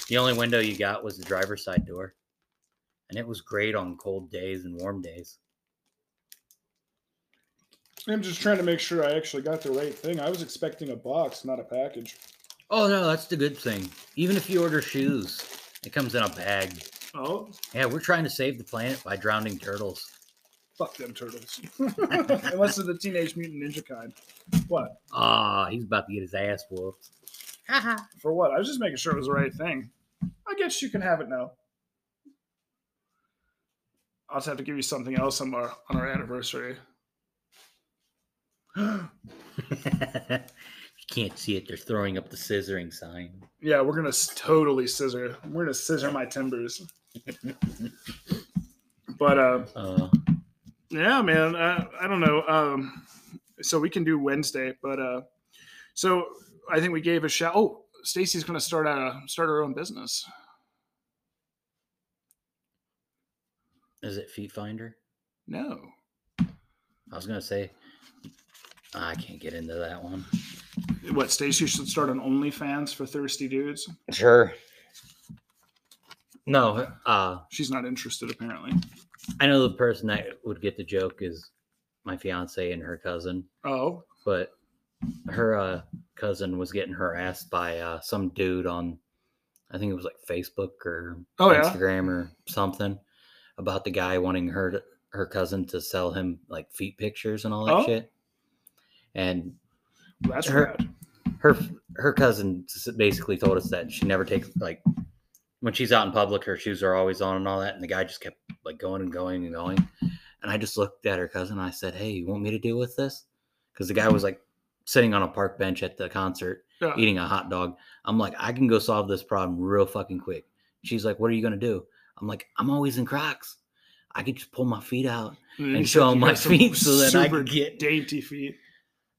Speaker 2: The only window you got was the driver's side door and it was great on cold days and warm days.
Speaker 1: I'm just trying to make sure I actually got the right thing. I was expecting a box, not a package.
Speaker 2: Oh no, that's the good thing. Even if you order shoes, it comes in a bag.
Speaker 1: Oh,
Speaker 2: Yeah, we're trying to save the planet by drowning turtles.
Speaker 1: fuck them turtles. [LAUGHS] Unless they're the Teenage Mutant Ninja kind. What?
Speaker 2: Ah, he's about to get his ass whooped. [LAUGHS]
Speaker 1: For what? I was just making sure it was the right thing. I guess you can have it now. I'll just have to give you something else on our on our anniversary.
Speaker 2: you can't see it. They're throwing up the scissoring sign.
Speaker 1: Yeah, we're gonna s- totally scissor. We're gonna scissor my
Speaker 2: [LAUGHS]
Speaker 1: timbers. but uh,
Speaker 2: Uh,
Speaker 1: yeah man i, I don't know um so we can do wednesday but uh so i think we gave a shout oh Stacy's going to start a start her own business.
Speaker 2: Is it Feet Finder?
Speaker 1: No,
Speaker 2: I was gonna say I can't get into that one.
Speaker 1: what Stacy should start an OnlyFans for thirsty dudes.
Speaker 2: Sure. No, uh,
Speaker 1: She's not interested apparently.
Speaker 2: I know the person that would get the joke is my fiance and her cousin,
Speaker 1: Oh,
Speaker 2: but her uh, cousin was getting harassed by uh, some dude on, I think it was like Facebook or
Speaker 1: oh yeah.
Speaker 2: Instagram or something about the guy wanting her to, her cousin to sell him like feet pictures and all that
Speaker 1: Oh.
Speaker 2: shit. And
Speaker 1: That's
Speaker 2: Her-
Speaker 1: rad.
Speaker 2: her her cousin s- basically told us that she never takes like when she's out in public her shoes are always on and all that and the guy just kept like going and going and going and i just looked at her cousin and i said hey you want me to deal with this because the guy was like sitting on a park bench at the concert
Speaker 1: Yeah.
Speaker 2: eating a hot dog i'm like i can go solve this problem real fucking quick she's like what are you going to do i'm like i'm always in crocs i can just pull my feet out
Speaker 1: then
Speaker 2: and
Speaker 1: he
Speaker 2: show
Speaker 1: said,
Speaker 2: 'em
Speaker 1: "You
Speaker 2: my
Speaker 1: got some
Speaker 2: [LAUGHS] feet so that I
Speaker 1: super
Speaker 2: can get-
Speaker 1: dainty feet.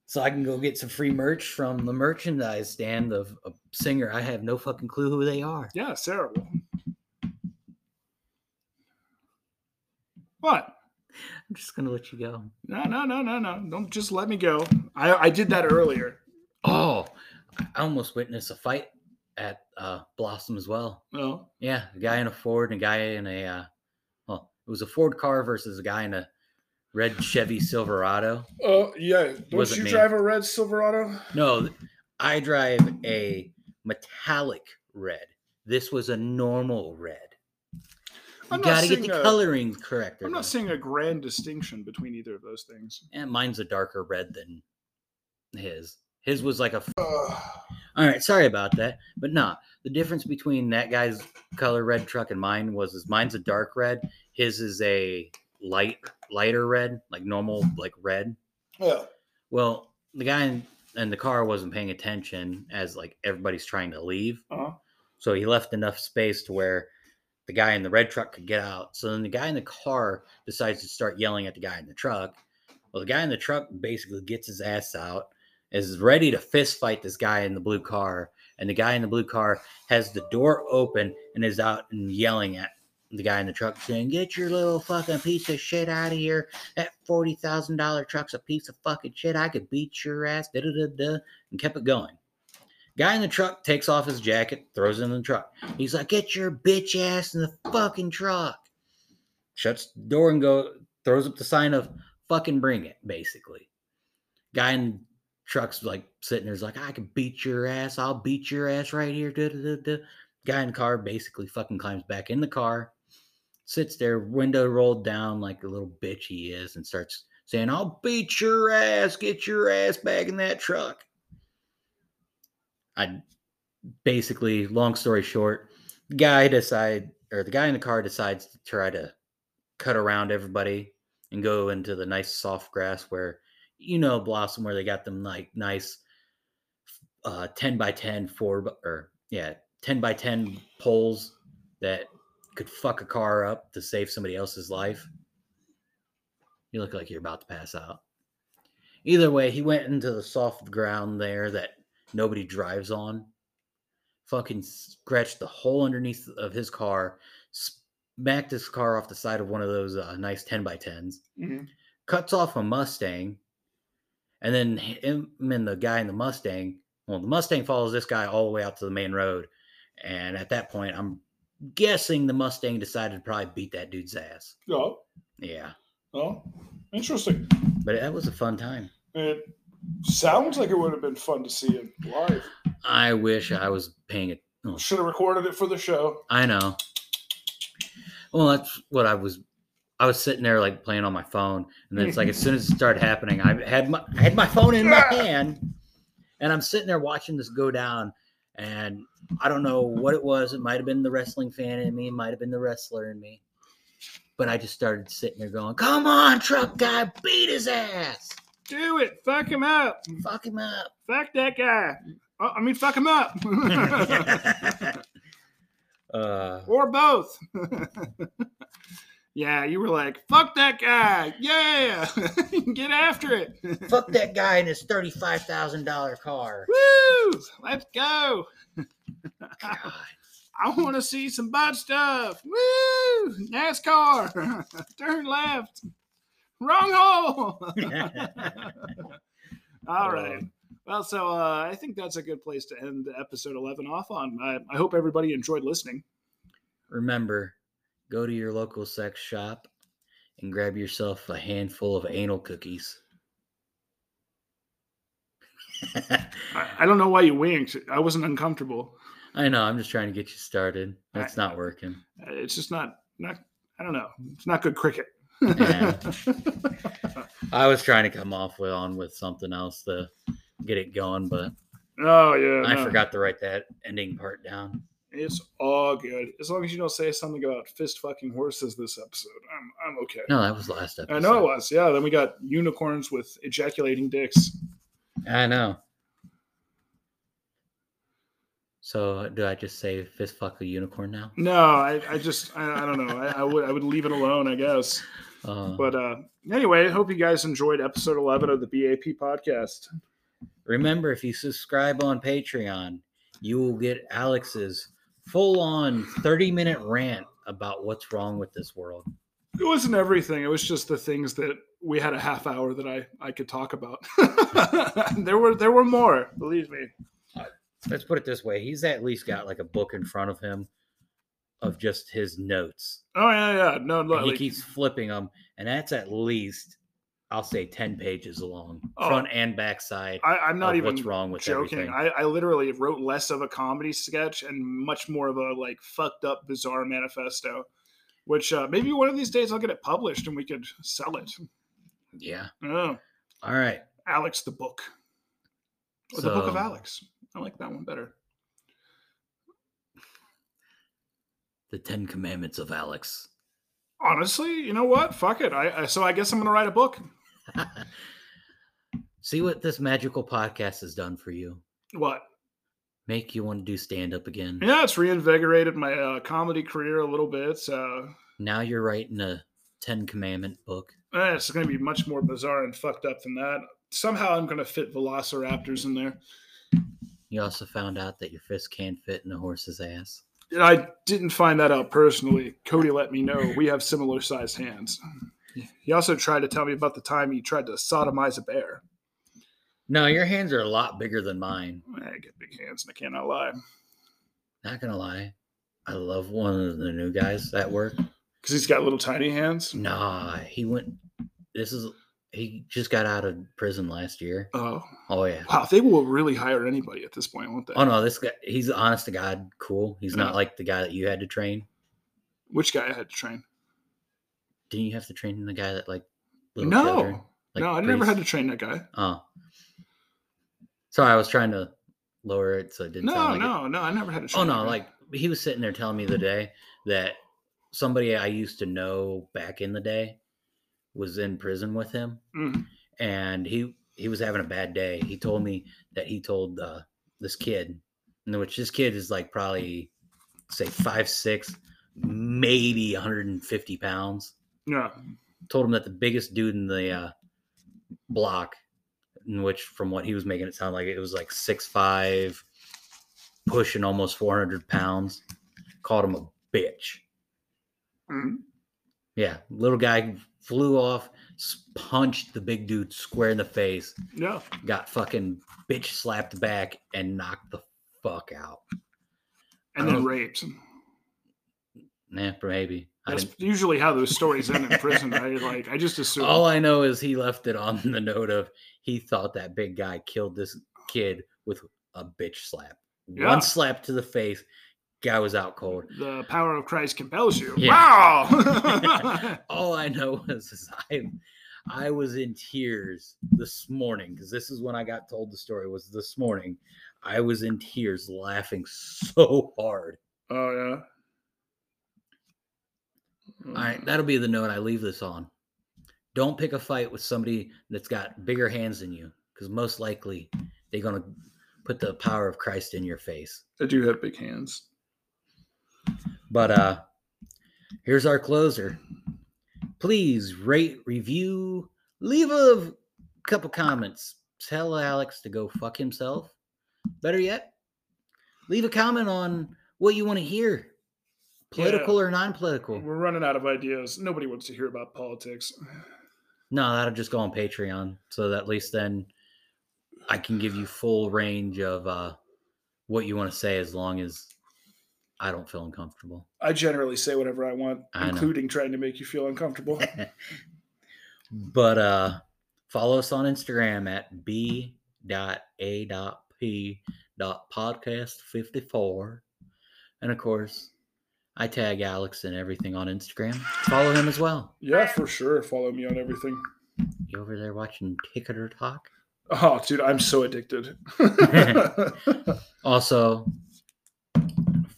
Speaker 2: so I can go get some free merch from the merchandise stand of a singer. I have no fucking clue who they are.
Speaker 1: Yeah, it's terrible. What?
Speaker 2: I'm just gonna let you go.
Speaker 1: No, no, no, no, no. Don't just let me go. I, I did that earlier.
Speaker 2: Oh, I almost witnessed a fight at uh, Blossom as well.
Speaker 1: Oh,
Speaker 2: Yeah, a guy in a Ford and a guy in a uh, well, it was a Ford car versus a guy in a red Chevy Silverado.
Speaker 1: oh yeah. Don't
Speaker 2: Wasn't
Speaker 1: you
Speaker 2: me.
Speaker 1: drive a red Silverado?
Speaker 2: No, I drive a metallic red. This was a normal red. You
Speaker 1: I'm not
Speaker 2: gotta get
Speaker 1: seeing
Speaker 2: the
Speaker 1: a-
Speaker 2: coloring correct.
Speaker 1: I'm
Speaker 2: everyone.
Speaker 1: not seeing a grand distinction between either of those things.
Speaker 2: And Eh, mine's a darker red than his. His was like a. f-
Speaker 1: Ugh.
Speaker 2: All right, sorry about that, but nah. The difference between that guy's color red truck and mine was is mine's a dark red. His is a light, lighter red, like normal, like red.
Speaker 1: Yeah.
Speaker 2: Well, the guy in, in the car wasn't paying attention as like everybody's trying to leave,
Speaker 1: Uh-huh.
Speaker 2: so he left enough space to where the guy in the red truck could get out. So then the guy in the car decides to start yelling at the guy in the truck. Well, the guy in the truck basically gets his ass out, is ready to fist fight this guy in the blue car, and the guy in the blue car has the door open and is out and yelling at the guy in the truck saying, Get your little fucking piece of shit out of here. That forty thousand dollar truck's a piece of fucking shit. I could beat your ass, da da da da, and kept it going. Guy in the truck takes off his jacket, throws it in the truck. He's like, "Get your bitch ass in the fucking truck." Shuts the door and go throws up the sign of "fucking bring it." Basically, guy in the truck's like sitting there's like, "I can beat your ass. I'll beat your ass right here." Da da da da. Guy in the car basically fucking climbs back in the car, sits there, window rolled down like a little bitch he is, and starts saying, "I'll beat your ass. Get your ass back in that truck." I basically, long story short, the guy decide or the guy in the car decides to try to cut around everybody and go into the nice soft grass where you know Blossom where they got them like nice uh 10 by 10 four b- or yeah 10 by 10 poles that could fuck a car up to save somebody else's life you look like you're about to pass out either way he went into the soft ground there that nobody drives on. Fucking scratched the hole underneath of his car, smacked his car off the side of one of those uh, nice 10 by 10s,
Speaker 1: Mhm.
Speaker 2: cuts off a Mustang, and then him and the guy in the Mustang, well, the Mustang follows this guy all the way out to the main road. And at that point, I'm guessing the Mustang decided to probably beat that dude's ass.
Speaker 1: Oh,
Speaker 2: Yeah.
Speaker 1: oh, interesting.
Speaker 2: But that was a fun time.
Speaker 1: It sounds like it would have been fun to see him live.
Speaker 2: I wish I was paying it. oh,
Speaker 1: Should have recorded it for the show.
Speaker 2: I know. Well, that's what I was. I was sitting there like playing on my phone, and then it's like as soon as it started happening, I had my I had my phone in my hand, and I'm sitting there watching this go down, and I don't know what it was. It might have been the wrestling fan in me, it might have been the wrestler in me, but I just started sitting there going, "Come on, truck guy, beat his ass,
Speaker 1: Do it. Fuck him up.
Speaker 2: fuck him up." [LAUGHS]
Speaker 1: Fuck that guy. Uh, I mean, fuck him up.
Speaker 2: uh,
Speaker 1: or both. [LAUGHS] Yeah, you were like, fuck that guy. Yeah. [LAUGHS] Get after it.
Speaker 2: Fuck that guy in his thirty-five thousand dollar car. [LAUGHS]
Speaker 1: Woo! Let's go.
Speaker 2: God.
Speaker 1: I want to see some bad stuff. Woo! NASCAR. Turn left. Wrong hole. All right. Well, so uh, I think that's a good place to end episode 11 off on. I, I hope everybody enjoyed listening.
Speaker 2: Remember, go to your local sex shop and grab yourself a handful of anal cookies. [LAUGHS]
Speaker 1: I, I don't know why you winked. I wasn't uncomfortable.
Speaker 2: I know. I'm just trying to get you started. That's not working.
Speaker 1: It's just not, not I don't know. It's not good cricket.
Speaker 2: Yeah. I was trying to come off with on with something else to get it going, but
Speaker 1: [LAUGHS] oh, yeah.
Speaker 2: I
Speaker 1: no.
Speaker 2: forgot to write that ending part down.
Speaker 1: It's all good. As long as you don't say something about fist fucking horses this episode, I'm, I'm okay.
Speaker 2: No, that was last episode.
Speaker 1: I know it was. Yeah. Then we got unicorns with ejaculating dicks.
Speaker 2: I know. So do I just say fist fuck a
Speaker 1: [LAUGHS]
Speaker 2: unicorn now?
Speaker 1: No, I, I just, I, I don't know. I, I would, I would leave it alone, I guess.
Speaker 2: Uh,
Speaker 1: But uh, anyway, I hope you guys enjoyed episode 11 of the BAP podcast.
Speaker 2: remember, if you subscribe on Patreon, you will get Alex's full-on 30-minute rant about what's wrong with this world.
Speaker 1: It wasn't everything. It was just the things that we had a half hour that I, I could talk about. [LAUGHS] there were there were more, believe me.
Speaker 2: let's put it this way he's at least got like a book in front of him of just his notes
Speaker 1: Oh yeah, yeah. No,
Speaker 2: and
Speaker 1: no
Speaker 2: he
Speaker 1: like,
Speaker 2: keeps flipping them and that's at least i'll say 10 pages long
Speaker 1: Oh.
Speaker 2: front and back side
Speaker 1: I, I'm not
Speaker 2: of
Speaker 1: even
Speaker 2: what's wrong with
Speaker 1: joking.
Speaker 2: everything
Speaker 1: I, I literally wrote less of a comedy sketch and much more of a like fucked up bizarre manifesto. Which uh, maybe one of these days I'll get it published and we could sell it.
Speaker 2: yeah
Speaker 1: Oh,
Speaker 2: all right
Speaker 1: Alex the book. Or the book of
Speaker 2: So-
Speaker 1: Alex. I like that one better.
Speaker 2: the 10 commandments of alex [LAUGHS]
Speaker 1: Honestly, you know what? Fuck it. I, I so I guess I'm gonna write a book.
Speaker 2: see what this magical podcast has done for you
Speaker 1: What?
Speaker 2: make you want to do stand up again
Speaker 1: Yeah, it's reinvigorated my uh, comedy career a little bit. So
Speaker 2: now you're writing a 10 commandment book
Speaker 1: eh, it's going to be much more bizarre and fucked up than that. Somehow I'm going to fit velociraptors in there.
Speaker 2: you also found out that your fist can't fit in a horse's ass
Speaker 1: And I didn't find that out personally. Cody let me know we have similar sized hands. He also tried to tell me about the time he tried to sodomize a bear.
Speaker 2: No, your hands are a lot bigger than mine.
Speaker 1: Eh, I get big hands and I cannot lie.
Speaker 2: Not gonna lie. I love one of the new guys at work.
Speaker 1: Because he's got little tiny hands.
Speaker 2: Nah, he went this is he just got out of prison last year.
Speaker 1: Oh,
Speaker 2: Oh yeah.
Speaker 1: wow. They will really hire anybody at this point, won't they?
Speaker 2: Oh no, this guy he's honest to God cool. He's not like the guy that you had to train.
Speaker 1: Which guy I had to train?
Speaker 2: Didn't you have to train the guy that like
Speaker 1: no.
Speaker 2: children? Like,
Speaker 1: no, I never had to
Speaker 2: priests?
Speaker 1: train that guy.
Speaker 2: Oh. Sorry, I was trying to lower it so it didn't
Speaker 1: No,
Speaker 2: sound like it.
Speaker 1: no, no. I never had to
Speaker 2: Oh
Speaker 1: train that
Speaker 2: no,
Speaker 1: guy.
Speaker 2: like he was sitting there telling me the day that somebody I used to know back in the day was in prison with him
Speaker 1: Mm.
Speaker 2: and he he was having a bad day. He told me that he told uh, this kid, in which this kid is like probably say five six, maybe 150 pounds.
Speaker 1: Yeah.
Speaker 2: Told him that the biggest dude in the uh, block, in which from what he was making it sound like it was like six five, pushing almost 400 pounds. Called him a bitch.
Speaker 1: Mm.
Speaker 2: Yeah, little guy flew off, s- punched the big dude square in the face,
Speaker 1: Yeah.
Speaker 2: got fucking bitch slapped back and knocked the fuck out.
Speaker 1: And then
Speaker 2: Oh.
Speaker 1: raped.
Speaker 2: Nah, maybe. I
Speaker 1: That's
Speaker 2: didn't-
Speaker 1: usually how those stories end
Speaker 2: [LAUGHS]
Speaker 1: in prison, right? Like I just assume.
Speaker 2: all I know is he left it on [LAUGHS] the note of he thought that big guy killed this kid with a bitch slap.
Speaker 1: Yeah.
Speaker 2: One slap to the face, guy was out cold.
Speaker 1: the power of Christ compels you.
Speaker 2: Yeah. [LAUGHS]
Speaker 1: Wow.
Speaker 2: All I know [LAUGHS] is, is I I was in tears this morning because this is when I got told the story was this morning. I was in tears laughing so hard.
Speaker 1: [LAUGHS] oh yeah.
Speaker 2: All right, that'll be the note I leave this on. Don't pick a fight with somebody that's got bigger hands than you, because most likely they're gonna put the power of Christ in your face.
Speaker 1: I do have big hands.
Speaker 2: But uh here's our closer. Please rate, review, leave a couple comments. Tell Alex to go fuck himself. Better yet, leave a comment on what you want to hear, political or non-political.
Speaker 1: We're running out of ideas. Nobody wants to hear about politics.
Speaker 2: No, that'll just go on Patreon. So that at least then I can give you full range of uh, what you want to say as long as I don't feel uncomfortable. [LAUGHS]
Speaker 1: I generally say whatever I want,
Speaker 2: I know.
Speaker 1: including trying to make you feel
Speaker 2: [LAUGHS]
Speaker 1: uncomfortable.
Speaker 2: but uh follow us on Instagram at b.a.p.podcast54. And of course, I tag Alex and everything on Instagram. Follow him as well.
Speaker 1: yeah, for sure. Follow me on everything.
Speaker 2: You over there watching Ticketer Talk?
Speaker 1: Oh, dude, I'm so
Speaker 2: [LAUGHS]
Speaker 1: addicted. [LAUGHS]
Speaker 2: Also,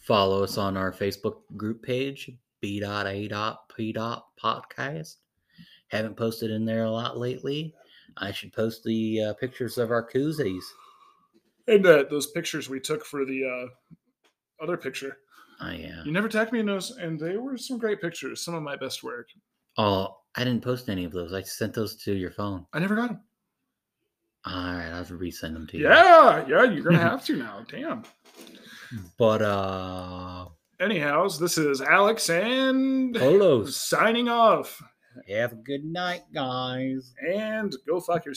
Speaker 2: follow us on our Facebook group page, b.a.p.podcast. Haven't posted in there a lot lately. I should post the uh, pictures of our koozies.
Speaker 1: and uh, those pictures we took for the uh, other picture.
Speaker 2: I uh, am.
Speaker 1: You never tagged me in those, and they were some great pictures. Some of my best work.
Speaker 2: Oh, I didn't post any of those. I sent those to your phone.
Speaker 1: I never got them.
Speaker 2: All right, I'll resend them to you.
Speaker 1: Yeah, yeah, you're gonna have to now. Damn.
Speaker 2: But uh,
Speaker 1: Anyhows, this is Alex and
Speaker 2: polos.
Speaker 1: signing off.
Speaker 2: Have a good night, guys.
Speaker 1: And go fuck yourself.